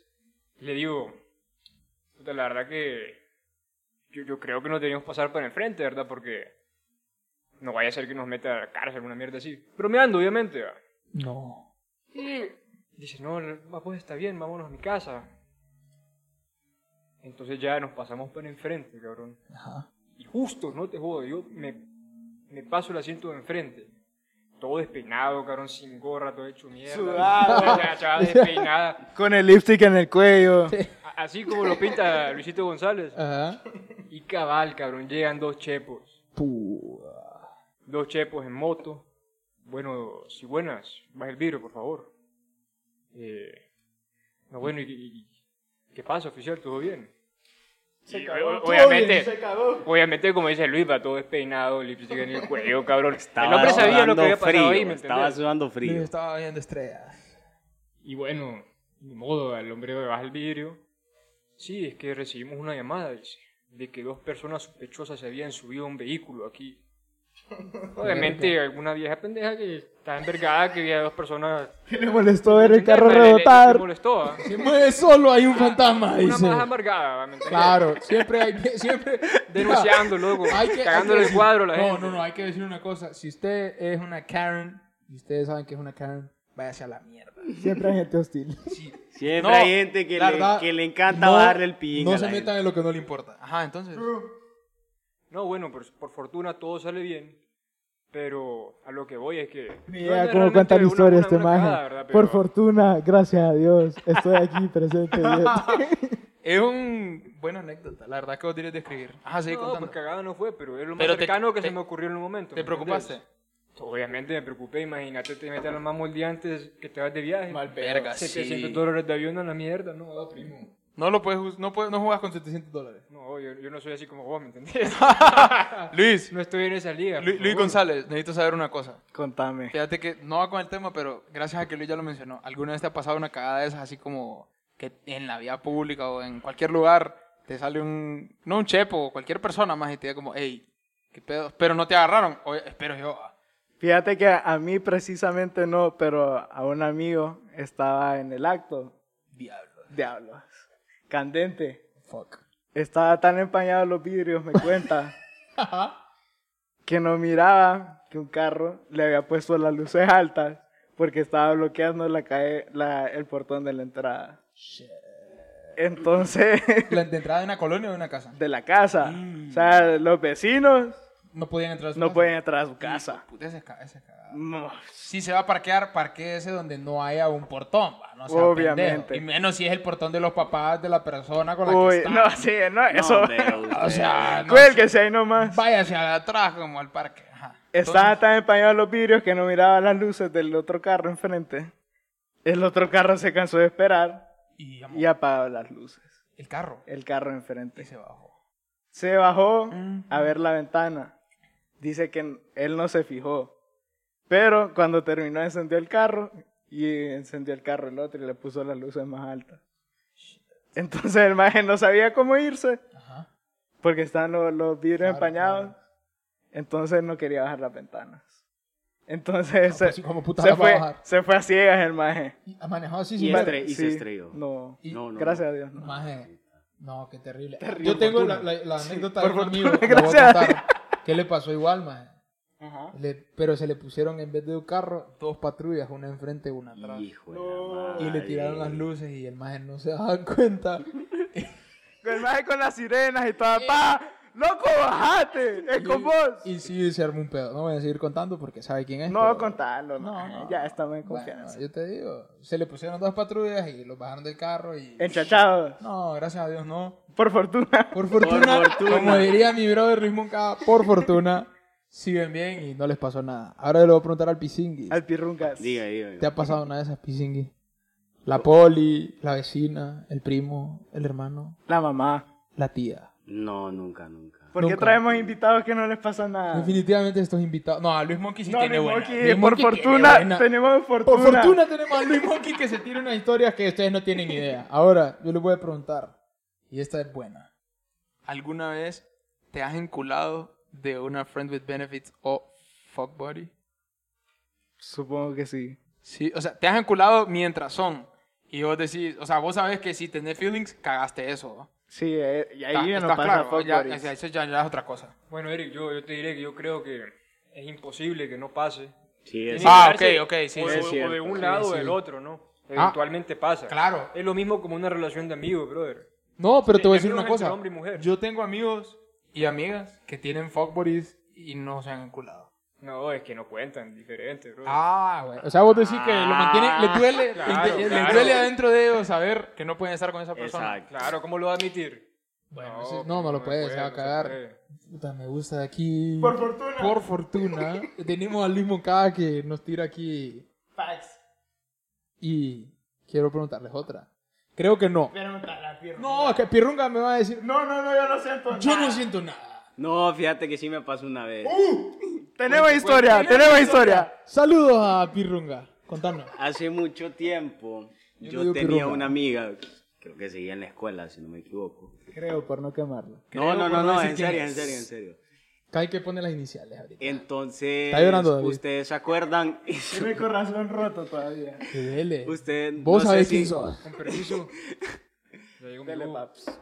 Speaker 6: le digo, puta, la verdad que yo, yo creo que nos deberíamos pasar para enfrente, ¿verdad? Porque no vaya a ser que nos meta a la cárcel, una mierda así. Bromeando, obviamente, ¿va?
Speaker 3: No.
Speaker 6: Dice, no, la- pues está bien, vámonos a mi casa. Entonces ya nos pasamos para enfrente, cabrón.
Speaker 3: Ajá.
Speaker 6: Y justo, no te jodo, yo me, me paso el asiento de enfrente. Todo despeinado, cabrón, sin gorra, todo hecho mierda.
Speaker 4: Sudado.
Speaker 6: La chava despeinada.
Speaker 4: Con el lipstick en el cuello.
Speaker 6: A- Así como lo pinta Luisito González.
Speaker 3: Ajá.
Speaker 6: Y cabal, cabrón, llegan dos chepos. Dos chepos en moto. Bueno, si buenas, baja el vidrio, por favor. Eh, no, bueno, y, y- y- ¿qué pasa, oficial? ¿Todo bien? Y, o- obviamente, obviamente, como dice Luis, va todo despeinado, lipstick en el cuello, cabrón.
Speaker 5: Estaba
Speaker 6: el hombre sabía lo
Speaker 5: sudando
Speaker 6: que había pasado
Speaker 5: frío,
Speaker 6: ahí, ¿me
Speaker 5: Estaba
Speaker 6: entendés?
Speaker 5: sudando
Speaker 3: Luis
Speaker 5: frío.
Speaker 3: estaba viendo estrellas.
Speaker 6: Y bueno, ni modo, el hombre baja el vidrio. Sí, es que recibimos una llamada, dice, de que dos personas sospechosas se habían subido a un vehículo aquí. Obviamente, alguna vieja pendeja que está envergada que había dos personas.
Speaker 4: ¿Qué le molestó ver el
Speaker 6: ¿entendés?
Speaker 4: carro
Speaker 6: Le- le- le
Speaker 4: rebotar?
Speaker 6: molestó, ¿ah?
Speaker 3: Se mueve solo, hay un fantasma,
Speaker 6: Una
Speaker 3: dice.
Speaker 6: más amargada, ¿me entendés?
Speaker 3: Claro, siempre hay que, siempre
Speaker 6: Denunciando, loco,
Speaker 3: Hay que- hay
Speaker 6: cagándole
Speaker 3: que
Speaker 6: el
Speaker 3: decir-
Speaker 6: cuadro a la
Speaker 3: no,
Speaker 6: gente.
Speaker 3: No, no, hay que decir una cosa. Si usted es una Karen, y ustedes saben que es una Karen, váyase a la mierda.
Speaker 4: Siempre hay gente hostil.
Speaker 5: Siempre
Speaker 3: No,
Speaker 5: hay gente que
Speaker 3: la
Speaker 5: le,
Speaker 3: verdad,
Speaker 5: que le encanta
Speaker 3: no-
Speaker 5: darle el pillín.
Speaker 3: No
Speaker 5: a
Speaker 3: se
Speaker 5: la gente.
Speaker 3: metan en lo que no le importa. Ajá, entonces.
Speaker 6: No, bueno, por, por fortuna todo sale bien. Pero a lo que voy es que.
Speaker 4: Mira
Speaker 6: no,
Speaker 4: cómo
Speaker 6: realmente
Speaker 4: cuenta la
Speaker 6: una-
Speaker 4: historia
Speaker 6: una-
Speaker 4: este
Speaker 6: una cagada,
Speaker 4: maje.
Speaker 6: ¿verdad?
Speaker 4: Por
Speaker 6: Pero-
Speaker 4: fortuna, gracias a Dios, estoy aquí presente.
Speaker 3: Es un buena anécdota, la verdad que vos tienes de escribir. Ajá, sigue
Speaker 6: No,
Speaker 3: contando.
Speaker 6: pues cagada no fue, pero es lo más
Speaker 3: Pero te-
Speaker 6: cercano que
Speaker 3: te-
Speaker 6: se me ocurrió en un momento.
Speaker 3: ¿Te
Speaker 6: ¿me
Speaker 3: preocupaste?
Speaker 6: entendés? Obviamente me preocupé, imagínate, te metes al mamá el día antes que te vas de viaje.
Speaker 3: Mal verga,
Speaker 6: 700
Speaker 3: sí.
Speaker 6: dólares de avión a la mierda, no, va, primo.
Speaker 3: No lo puedes, us- no puedes, no juegas con 700 dólares.
Speaker 6: No, yo, yo no soy así como vos, ¿me entendés?
Speaker 3: Luis,
Speaker 6: no estoy en esa liga.
Speaker 3: Lu-
Speaker 6: por
Speaker 3: Luis
Speaker 6: favor.
Speaker 3: González, necesito saber una cosa.
Speaker 4: Contame.
Speaker 3: Fíjate que no va con el tema, pero gracias a que Luis ya lo mencionó, ¿alguna vez te ha pasado una cagada de esas así como que en la vía pública o en cualquier lugar te sale un, no un chepo, cualquier persona más y te diga como, hey, qué pedo, pero no te agarraron, o, espero yo. ah.
Speaker 4: Fíjate que a mí precisamente no, pero a un amigo estaba en el acto.
Speaker 3: Diablo.
Speaker 4: Diablos. Candente.
Speaker 3: Fuck.
Speaker 4: Estaba tan empañado los vidrios, me cuenta, que no miraba que un carro le había puesto las luces altas porque estaba bloqueando la calle, la- el portón de la entrada. Entonces,
Speaker 3: La de entrada de una colonia o de una casa.
Speaker 4: de la casa. O sea, los vecinos
Speaker 3: No podían entrar a su
Speaker 4: no
Speaker 3: casa.
Speaker 4: pueden entrar
Speaker 3: Mm.
Speaker 4: a su casa.
Speaker 3: Puta, esa es ca- esa es cagada.
Speaker 4: No.
Speaker 3: Si se va a parquear, parquéese donde no haya un portón, va, no sea
Speaker 4: Obviamente.
Speaker 3: pendejo. Y menos si es el portón de los papás de la persona con la que
Speaker 4: Uy,
Speaker 3: está.
Speaker 4: no, sí, no, eso.
Speaker 5: pero
Speaker 3: O sea, no
Speaker 4: Cuélguese ahí nomás.
Speaker 3: Vaya hacia atrás como al parque. Ajá.
Speaker 4: Estaba
Speaker 3: Entonces,
Speaker 4: tan empañado los vidrios que no miraba las luces del otro carro enfrente. El otro carro se cansó de esperar
Speaker 3: y llamó
Speaker 4: y apagó las luces.
Speaker 3: el carro.
Speaker 4: El carro
Speaker 3: Y
Speaker 4: enfrente.
Speaker 3: se bajó.
Speaker 4: Se bajó a ver la ventana. Dice que n- él no se fijó. Pero cuando terminó encendió el carro y encendió el carro el otro y le puso las luces más altas. Entonces el maje no sabía cómo irse
Speaker 3: Ajá.
Speaker 4: porque estaban los, los vidrios
Speaker 3: Claro,
Speaker 4: empañados.
Speaker 3: claro.
Speaker 4: Entonces no quería bajar las ventanas. Entonces
Speaker 3: No,
Speaker 4: se,
Speaker 3: pues sí, como puta
Speaker 4: se
Speaker 3: las va a
Speaker 4: fue,
Speaker 3: bajar.
Speaker 4: se fue a ciegas el maje.
Speaker 3: Y Ha manejado así
Speaker 5: Y
Speaker 3: sin
Speaker 5: estre-
Speaker 3: ver.
Speaker 5: y se estrelló.
Speaker 4: No,
Speaker 3: Y-
Speaker 5: No, no,
Speaker 4: gracias
Speaker 5: no.
Speaker 4: a Dios. no.
Speaker 3: Maje. No, qué terrible. Yo tengo la, la- la anécdota
Speaker 4: por
Speaker 3: de un
Speaker 4: fortuna,
Speaker 3: amigo. que le voy a
Speaker 4: gracias a
Speaker 3: contar, que le pasó igual, maje. Le- pero se le pusieron en vez de un carro, dos patrullas, una enfrente y una atrás.
Speaker 5: Hijo de la
Speaker 3: Y le
Speaker 5: madre.
Speaker 3: tiraron las luces y el maje no se daba cuenta.
Speaker 4: El maje con las sirenas y toda, pa, loco, bajate, es con vos.
Speaker 3: Y sí, se armó un pedo. No voy a seguir contando porque sabe quién es.
Speaker 4: No,
Speaker 3: pero-
Speaker 4: contalo, no,
Speaker 3: No, no.
Speaker 4: ya estamos en
Speaker 3: Bueno,
Speaker 4: confianza.
Speaker 3: yo te digo, se le pusieron dos patrullas y los bajaron del carro y...
Speaker 4: Enchachados,
Speaker 3: No, gracias a Dios, no.
Speaker 4: por fortuna.
Speaker 3: Por fortuna,
Speaker 5: fortuna.
Speaker 3: como diría mi brother Luis Moncada, por fortuna, siguen bien y no les pasó nada. Ahora le voy a preguntar al Pisingui.
Speaker 4: Al pirruncas.
Speaker 5: Diga, diga.
Speaker 3: ¿Te ha pasado una de esas Pisingui? La poli, la vecina, el primo, el hermano,
Speaker 4: La mamá.
Speaker 3: la tía.
Speaker 5: No, nunca, nunca.
Speaker 4: ¿Por qué
Speaker 3: Nunca.
Speaker 4: traemos invitados que no les pasa
Speaker 3: Ah.
Speaker 4: nada?
Speaker 3: Definitivamente estos invitados... No, a Luis Monkey sí
Speaker 4: No,
Speaker 3: tiene
Speaker 4: Luis
Speaker 3: buena.
Speaker 4: Monkey,
Speaker 3: Luis
Speaker 4: por
Speaker 3: Monkey tiene
Speaker 4: fortuna,
Speaker 3: buena.
Speaker 4: tenemos
Speaker 3: Por
Speaker 4: fortuna.
Speaker 3: fortuna tenemos a Luis Monkey que se tira unas historias que ustedes no tienen idea. Ahora, yo les voy a preguntar, y esta es buena. ¿Alguna vez te has enculado de una friend with benefits o fuck buddy?
Speaker 4: Supongo que sí.
Speaker 3: Sí, o sea, te has enculado mientras son. Y vos decís, o sea, vos sabés que si tenés feelings, cagaste eso. ¿no?
Speaker 4: Sí, eh, y ahí
Speaker 3: Está-
Speaker 4: ya no
Speaker 3: está
Speaker 4: pasa
Speaker 3: claro,
Speaker 4: fuck
Speaker 3: ya,
Speaker 4: buddies.
Speaker 3: o sea, eso ya, ya es otra cosa.
Speaker 6: Bueno, Eric, yo, yo te diré que yo creo que es imposible que no pase.
Speaker 5: Sí,
Speaker 6: Tiene
Speaker 5: es
Speaker 6: que
Speaker 3: Ah,
Speaker 6: darse
Speaker 3: ok, ok, sí,
Speaker 6: o,
Speaker 5: sí,
Speaker 6: de-
Speaker 5: es
Speaker 6: o
Speaker 5: cierto.
Speaker 6: de un lado
Speaker 3: Sí,
Speaker 6: o del
Speaker 3: sí.
Speaker 6: otro, ¿no? Eventualmente pasa.
Speaker 3: claro.
Speaker 6: Es lo mismo como una relación de amigos, brother.
Speaker 3: No, pero te voy a decir
Speaker 6: Amigos
Speaker 3: una
Speaker 6: entre
Speaker 3: cosa.
Speaker 6: hombre y mujer.
Speaker 3: Yo tengo amigos y amigas que tienen fuck buddies y no se han enculado.
Speaker 6: No, es que no cuentan, diferente, brother.
Speaker 3: Ah, güey. O sea, vos decís que lo mantiene, le duele,
Speaker 6: Ah, claro,
Speaker 3: le- le-
Speaker 6: claro.
Speaker 3: le duele adentro de ellos saber que no pueden estar con esa persona.
Speaker 5: Exacto.
Speaker 6: Claro, ¿cómo lo va a admitir?
Speaker 3: Bueno, eso- no, no lo puede, se va a
Speaker 6: no
Speaker 3: cagar.
Speaker 6: puede.
Speaker 3: Puta, me gusta de aquí. Por fortuna. Por fortuna. Tenemos al mismo K que nos tira aquí. Y quiero preguntarles otra. Creo que no. No, es que Pirrunga me va a decir. No, no, no, yo no siento nada. Yo no siento nada.
Speaker 5: No, fíjate que sí me pasó una vez.
Speaker 4: Tenemos historia, tenemos historia.
Speaker 3: Saludos a Pirrunga. Contanos.
Speaker 5: Hace mucho tiempo
Speaker 3: Yo
Speaker 5: yo
Speaker 3: le digo
Speaker 5: tenía
Speaker 3: pirruja.
Speaker 5: una amiga, creo que seguía en la escuela, si no me equivoco.
Speaker 4: Creo, por no quemarlo.
Speaker 5: No, no,
Speaker 3: por no
Speaker 5: no, no,
Speaker 3: decir
Speaker 5: en
Speaker 3: quién
Speaker 5: serio, en
Speaker 3: es.
Speaker 5: serio, en serio.
Speaker 3: Kai que pone las iniciales ahorita.
Speaker 5: Entonces,
Speaker 3: Está llorando, David.
Speaker 5: ustedes se acuerdan,
Speaker 4: Tiene el corazón roto todavía.
Speaker 3: Que duele.
Speaker 5: ustedes
Speaker 3: Vos
Speaker 5: no sé
Speaker 3: sabés
Speaker 5: si-
Speaker 3: quién sos.
Speaker 6: Con permiso. Ya llegó mi
Speaker 4: Dele,
Speaker 6: bus.
Speaker 4: paps.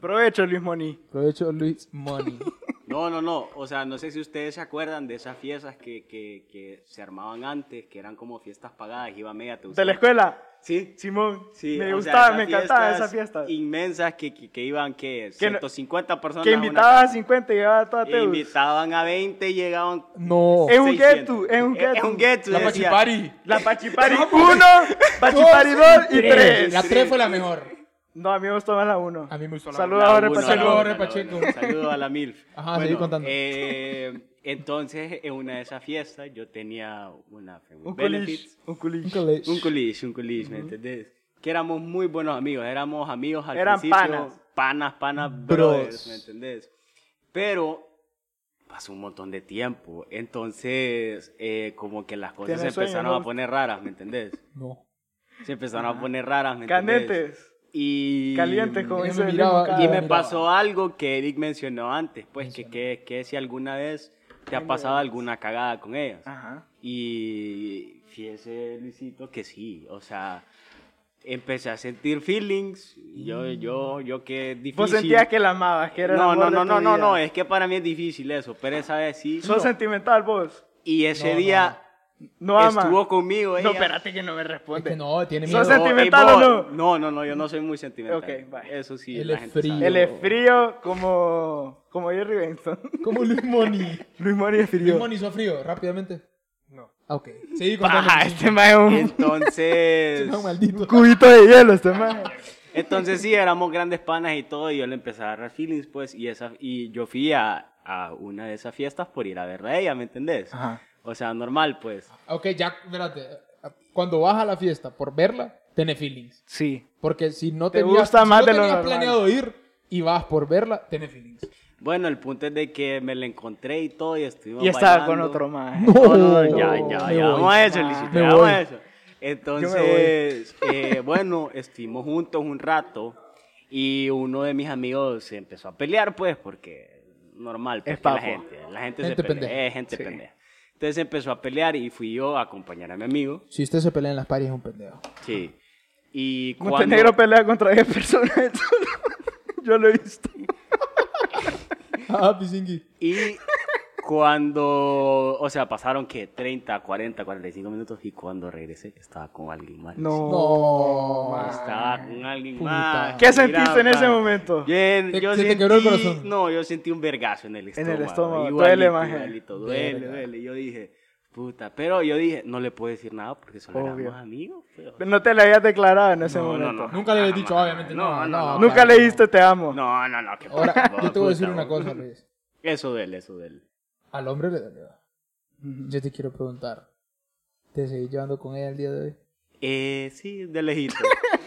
Speaker 4: Provecho, Luis Moni.
Speaker 3: Aprovecho Luis Money.
Speaker 5: No, no, no, o sea, no sé si ustedes se acuerdan de esas fiestas que, que, que se armaban antes, que eran como fiestas pagadas, iba media te
Speaker 4: De la
Speaker 5: gustaba.
Speaker 4: escuela.
Speaker 5: Sí.
Speaker 4: Simón,
Speaker 5: Sí,
Speaker 4: me
Speaker 5: o sea,
Speaker 4: gustaba,
Speaker 5: esas
Speaker 4: me encantaba
Speaker 5: fiestas
Speaker 4: esa fiesta.
Speaker 5: Inmensas que, que, que iban, que
Speaker 4: Que no-
Speaker 5: 150 personas.
Speaker 4: Que
Speaker 5: a una
Speaker 4: invitaba a
Speaker 5: casa.
Speaker 4: 50 y llevaba toda
Speaker 5: E
Speaker 4: Teus.
Speaker 5: invitaban a 20 y llegaban.
Speaker 3: No.
Speaker 4: Es un
Speaker 5: 600.
Speaker 4: get to, es un
Speaker 5: Eh,
Speaker 4: get
Speaker 5: Es
Speaker 4: to.
Speaker 5: un get to,
Speaker 3: La
Speaker 5: decía.
Speaker 3: Pachipari.
Speaker 4: La Pachipari 1, Pachipari 2 y 3.
Speaker 3: La 3 fue la mejor.
Speaker 4: No, a mí me gustó más la 1.
Speaker 3: A mí me gustó la
Speaker 4: Saludos
Speaker 5: La
Speaker 4: a Jorge
Speaker 5: uno, la
Speaker 4: Pacheco.
Speaker 5: otra,
Speaker 3: Saludos, Jorge
Speaker 5: la
Speaker 3: Pacheco.
Speaker 5: otra. Saludos a la MILF.
Speaker 3: Ajá, seguí contando.
Speaker 5: eh, entonces, en una de esas fiestas, yo tenía una friend with
Speaker 4: Un
Speaker 5: benefits.
Speaker 4: culich, un culich.
Speaker 5: Un culish, un culish, ¿me entendés? Que éramos muy buenos amigos, éramos amigos al
Speaker 4: Eran
Speaker 5: principio.
Speaker 4: panas.
Speaker 5: Panas, panas,
Speaker 3: Bros.
Speaker 5: brothers, ¿me entendés? Pero pasó un montón de tiempo, entonces eh, como que las cosas
Speaker 4: Tienes
Speaker 5: se
Speaker 4: sueño,
Speaker 5: empezaron
Speaker 4: ¿no?
Speaker 5: a poner raras, ¿me entendés?
Speaker 3: No.
Speaker 5: se empezaron a poner raras. ¿me entendés?
Speaker 4: Candentes,
Speaker 5: Y.
Speaker 4: calientes, como
Speaker 3: Y me
Speaker 4: dice el
Speaker 3: miraba,
Speaker 4: mismo
Speaker 5: Y
Speaker 4: cara.
Speaker 5: me pasó algo que Eric mencionó antes, pues, que, que, que si alguna vez te ha pasado alguna cagada con ellas.
Speaker 4: Ajá.
Speaker 5: Y fíjese, Luisito, que sí, o sea, empecé a sentir feelings, yo, yo, yo que es difícil.
Speaker 4: Mm. Vos sentías que la amabas, que era el
Speaker 5: No,
Speaker 4: amor
Speaker 5: no,
Speaker 4: de
Speaker 5: no,
Speaker 4: tu
Speaker 5: no, no,
Speaker 4: vida.
Speaker 5: no, es que para mí es difícil eso, pero esa vez sí.
Speaker 4: Sos sentimental vos.
Speaker 5: Y ese
Speaker 3: No,
Speaker 5: día
Speaker 4: No ama.
Speaker 5: estuvo conmigo ella.
Speaker 4: No, espérate que no me
Speaker 3: Es
Speaker 4: responde.
Speaker 3: que no, tiene
Speaker 4: Sos
Speaker 3: miedo.
Speaker 5: No, ey,
Speaker 4: ¿Sentimental o
Speaker 5: vos-
Speaker 4: no?
Speaker 5: No, no, no, yo no soy muy sentimental.
Speaker 4: Ok, bye.
Speaker 5: Eso sí,
Speaker 3: Él
Speaker 5: la
Speaker 3: es
Speaker 5: gente
Speaker 3: frío.
Speaker 5: sabe.
Speaker 4: Él es frío como, como Jerry Benson.
Speaker 3: Como Luis Moni.
Speaker 4: Luis Mori es
Speaker 3: Luis
Speaker 4: frío.
Speaker 3: Moni hizo frío, rápidamente.
Speaker 6: No.
Speaker 3: Ah, ok. Seguí contando.
Speaker 4: Paja, este más es un
Speaker 5: Entonces...
Speaker 3: No, maldito.
Speaker 4: cubito de hielo, este más.
Speaker 5: Entonces sí, éramos grandes panas y todo, y yo le empecé a agarrar feelings, pues, y, esa, y yo fui a, a una de esas fiestas por ir a verla a ella, ¿me entendés?
Speaker 4: Ajá.
Speaker 5: O sea, normal, pues.
Speaker 3: Ok, ya, espérate. Cuando vas a la fiesta por verla, tenés feelings.
Speaker 4: Sí.
Speaker 3: Porque si no
Speaker 4: Te
Speaker 3: tenías,
Speaker 4: gusta
Speaker 3: si
Speaker 4: más
Speaker 3: no
Speaker 4: de lo
Speaker 3: tenías
Speaker 4: normal.
Speaker 3: planeado ir y vas por verla, tenés feelings.
Speaker 5: Bueno, el punto es de que me la encontré y todo, y estuvimos
Speaker 4: Y estaba con
Speaker 5: bailando.
Speaker 4: otro más.
Speaker 5: No, no, no, ya,
Speaker 3: Oh,
Speaker 5: ya,
Speaker 3: me
Speaker 5: ya,
Speaker 3: voy.
Speaker 5: vamos a eso,
Speaker 4: Ah,
Speaker 5: Luisito,
Speaker 3: me
Speaker 5: ya vamos
Speaker 3: voy.
Speaker 5: a eso. Entonces, eh, bueno, estuvimos juntos un rato, y uno de mis amigos se empezó a pelear, pues, porque normal,
Speaker 4: Es
Speaker 5: porque la
Speaker 4: papo.
Speaker 5: gente, la gente,
Speaker 3: Gente
Speaker 5: se pelea,
Speaker 3: pendeja.
Speaker 5: eh, gente
Speaker 4: Sí.
Speaker 5: pendeja. Entonces empezó a pelear y fui yo a acompañar a mi amigo.
Speaker 3: Si usted se pelea en las paris es un pendejo.
Speaker 5: Sí. Y cuando...
Speaker 4: Montenegro pelea contra 10 personas. Yo lo he visto.
Speaker 3: Ah, Pisingui.
Speaker 5: Y cuando... O sea, pasaron que 30, 40, 45 minutos y cuando regresé estaba con alguien más.
Speaker 3: No.
Speaker 5: Estaba con alguien
Speaker 3: Puta.
Speaker 5: más.
Speaker 4: ¿Qué
Speaker 5: Mira,
Speaker 4: sentiste en ese
Speaker 5: man.
Speaker 4: momento?
Speaker 5: Bien,
Speaker 3: Te-
Speaker 5: yo
Speaker 3: se te
Speaker 5: sentí,
Speaker 3: quebró el corazón.
Speaker 5: No, yo sentí un vergazo en el estómago.
Speaker 4: estómago,
Speaker 5: igualito,
Speaker 4: duele, maje.
Speaker 5: igualito, duele,
Speaker 3: Verga.
Speaker 5: duele. Yo dije, puta. Pero yo dije, no le puedo decir nada porque solo
Speaker 4: Obvio.
Speaker 5: éramos amigos. pero-
Speaker 4: No te la habías declarado en ese
Speaker 5: No,
Speaker 4: momento.
Speaker 5: no, no.
Speaker 3: Nunca le había
Speaker 5: Ah,
Speaker 3: dicho,
Speaker 5: no,
Speaker 3: obviamente.
Speaker 5: no,
Speaker 3: No,
Speaker 5: no,
Speaker 3: no.
Speaker 5: no.
Speaker 4: Nunca
Speaker 3: claro.
Speaker 4: le diste te amo.
Speaker 5: No, no, no. qué
Speaker 3: Ahora,
Speaker 5: puta,
Speaker 3: yo te voy a decir
Speaker 5: puta,
Speaker 3: una cosa,
Speaker 5: puta.
Speaker 3: Luis.
Speaker 5: Eso duele, eso duele.
Speaker 3: Al hombre le dolió. Yo te quiero preguntar. ¿Te seguís llevando con ella el día de hoy?
Speaker 5: Eh, sí, de lejito.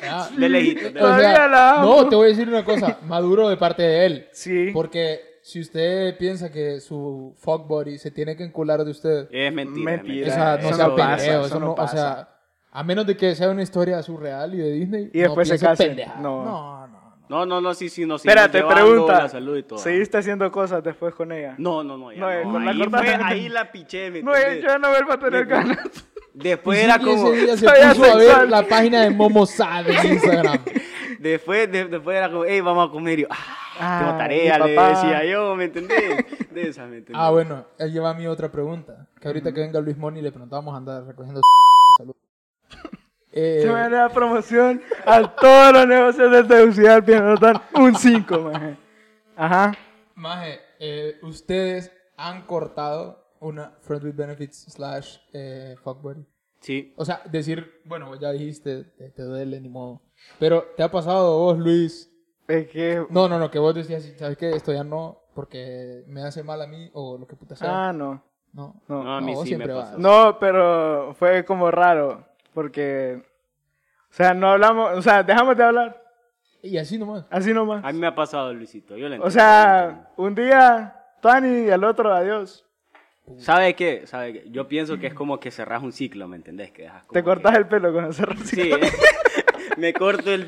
Speaker 3: Ah,
Speaker 5: De lejito.
Speaker 3: o
Speaker 5: de-
Speaker 4: Todavía
Speaker 3: sea,
Speaker 4: la amo.
Speaker 3: no, te voy a decir una cosa. Maduro de parte de él.
Speaker 4: Sí.
Speaker 3: Porque si usted piensa que su fuck body se tiene que encular de usted,
Speaker 5: Es mentira. es
Speaker 4: Mentira.
Speaker 3: o sea, no
Speaker 5: Eso
Speaker 3: sea
Speaker 5: no
Speaker 3: pendejo,
Speaker 4: pasa,
Speaker 3: eso no- o
Speaker 4: pasa.
Speaker 3: sea, a menos de que sea una historia surreal y de Disney.
Speaker 4: Y después se
Speaker 3: piense
Speaker 4: casen.
Speaker 3: pendejadas.
Speaker 4: No.
Speaker 3: no, no. no.
Speaker 5: No, no, no, sí, sí, no. sí,
Speaker 4: Espérate,
Speaker 5: nos llevando
Speaker 4: pregunta.
Speaker 5: La salud y todo.
Speaker 4: ¿Seguiste haciendo cosas después con ella?
Speaker 5: No, no, no. ya
Speaker 4: No, eh,
Speaker 5: no,
Speaker 4: con la
Speaker 5: ahí,
Speaker 4: cortada.
Speaker 5: fue- ahí la piché. ¿me
Speaker 4: No, yo
Speaker 5: entendés?
Speaker 4: ya no vuelvo a tener ganas.
Speaker 5: Después era
Speaker 3: Pisingui
Speaker 5: como.
Speaker 3: ese día se
Speaker 4: Soy
Speaker 3: puso a ver
Speaker 4: asexual.
Speaker 3: la página de Momo Sade en Instagram.
Speaker 5: Después, de- después era como, hey, vamos a comer. Y yo, ah, tengo
Speaker 4: Ay,
Speaker 5: tarea,
Speaker 4: mi
Speaker 5: le
Speaker 4: papá.
Speaker 5: decía yo, ¿me entendés? De esa, ¿me entendés?
Speaker 3: Ah, bueno, él lleva a mí otra pregunta. Que ahorita que venga Luis Moni le preguntamos andar recogiendo salud. Eh,
Speaker 4: Se me da la promoción a todos los negocios de Tegucigalpa y nos dan un 5, maje. Ajá.
Speaker 3: Maje, eh, ustedes han cortado una Friend with Benefits slash eh, fuckbuddy.
Speaker 5: Sí.
Speaker 3: O sea, decir, bueno, vos ya dijiste, te, te duele, ni modo. Pero, ¿te ha pasado vos, Luis?
Speaker 4: Es que...
Speaker 3: No, no, no, que vos decías, ¿sabes qué? Esto ya no, porque me hace mal a mí o lo que puta sea.
Speaker 4: Ah, no.
Speaker 3: no,
Speaker 4: No.
Speaker 5: No, a mí
Speaker 3: vos
Speaker 5: sí me
Speaker 3: siempre
Speaker 5: pasó.
Speaker 3: vas.
Speaker 4: No, pero fue como raro, porque, o sea, no hablamos, o sea, dejamos de hablar,
Speaker 3: Y así nomás.
Speaker 4: así nomás.
Speaker 5: A mí me ha pasado, Luisito. Yo la
Speaker 4: O
Speaker 5: entiendo, yo la
Speaker 4: sea,
Speaker 5: entiendo.
Speaker 4: un día, Tani, y al otro, adiós.
Speaker 3: uh.
Speaker 5: ¿Sabe qué? ¿Sabe qué? Yo pienso que es como que cerrás un ciclo, ¿me entendés? Que dejas como
Speaker 4: Te
Speaker 5: que-
Speaker 4: cortas el pelo con ese rocío.
Speaker 5: Sí. ¿eh? me corto el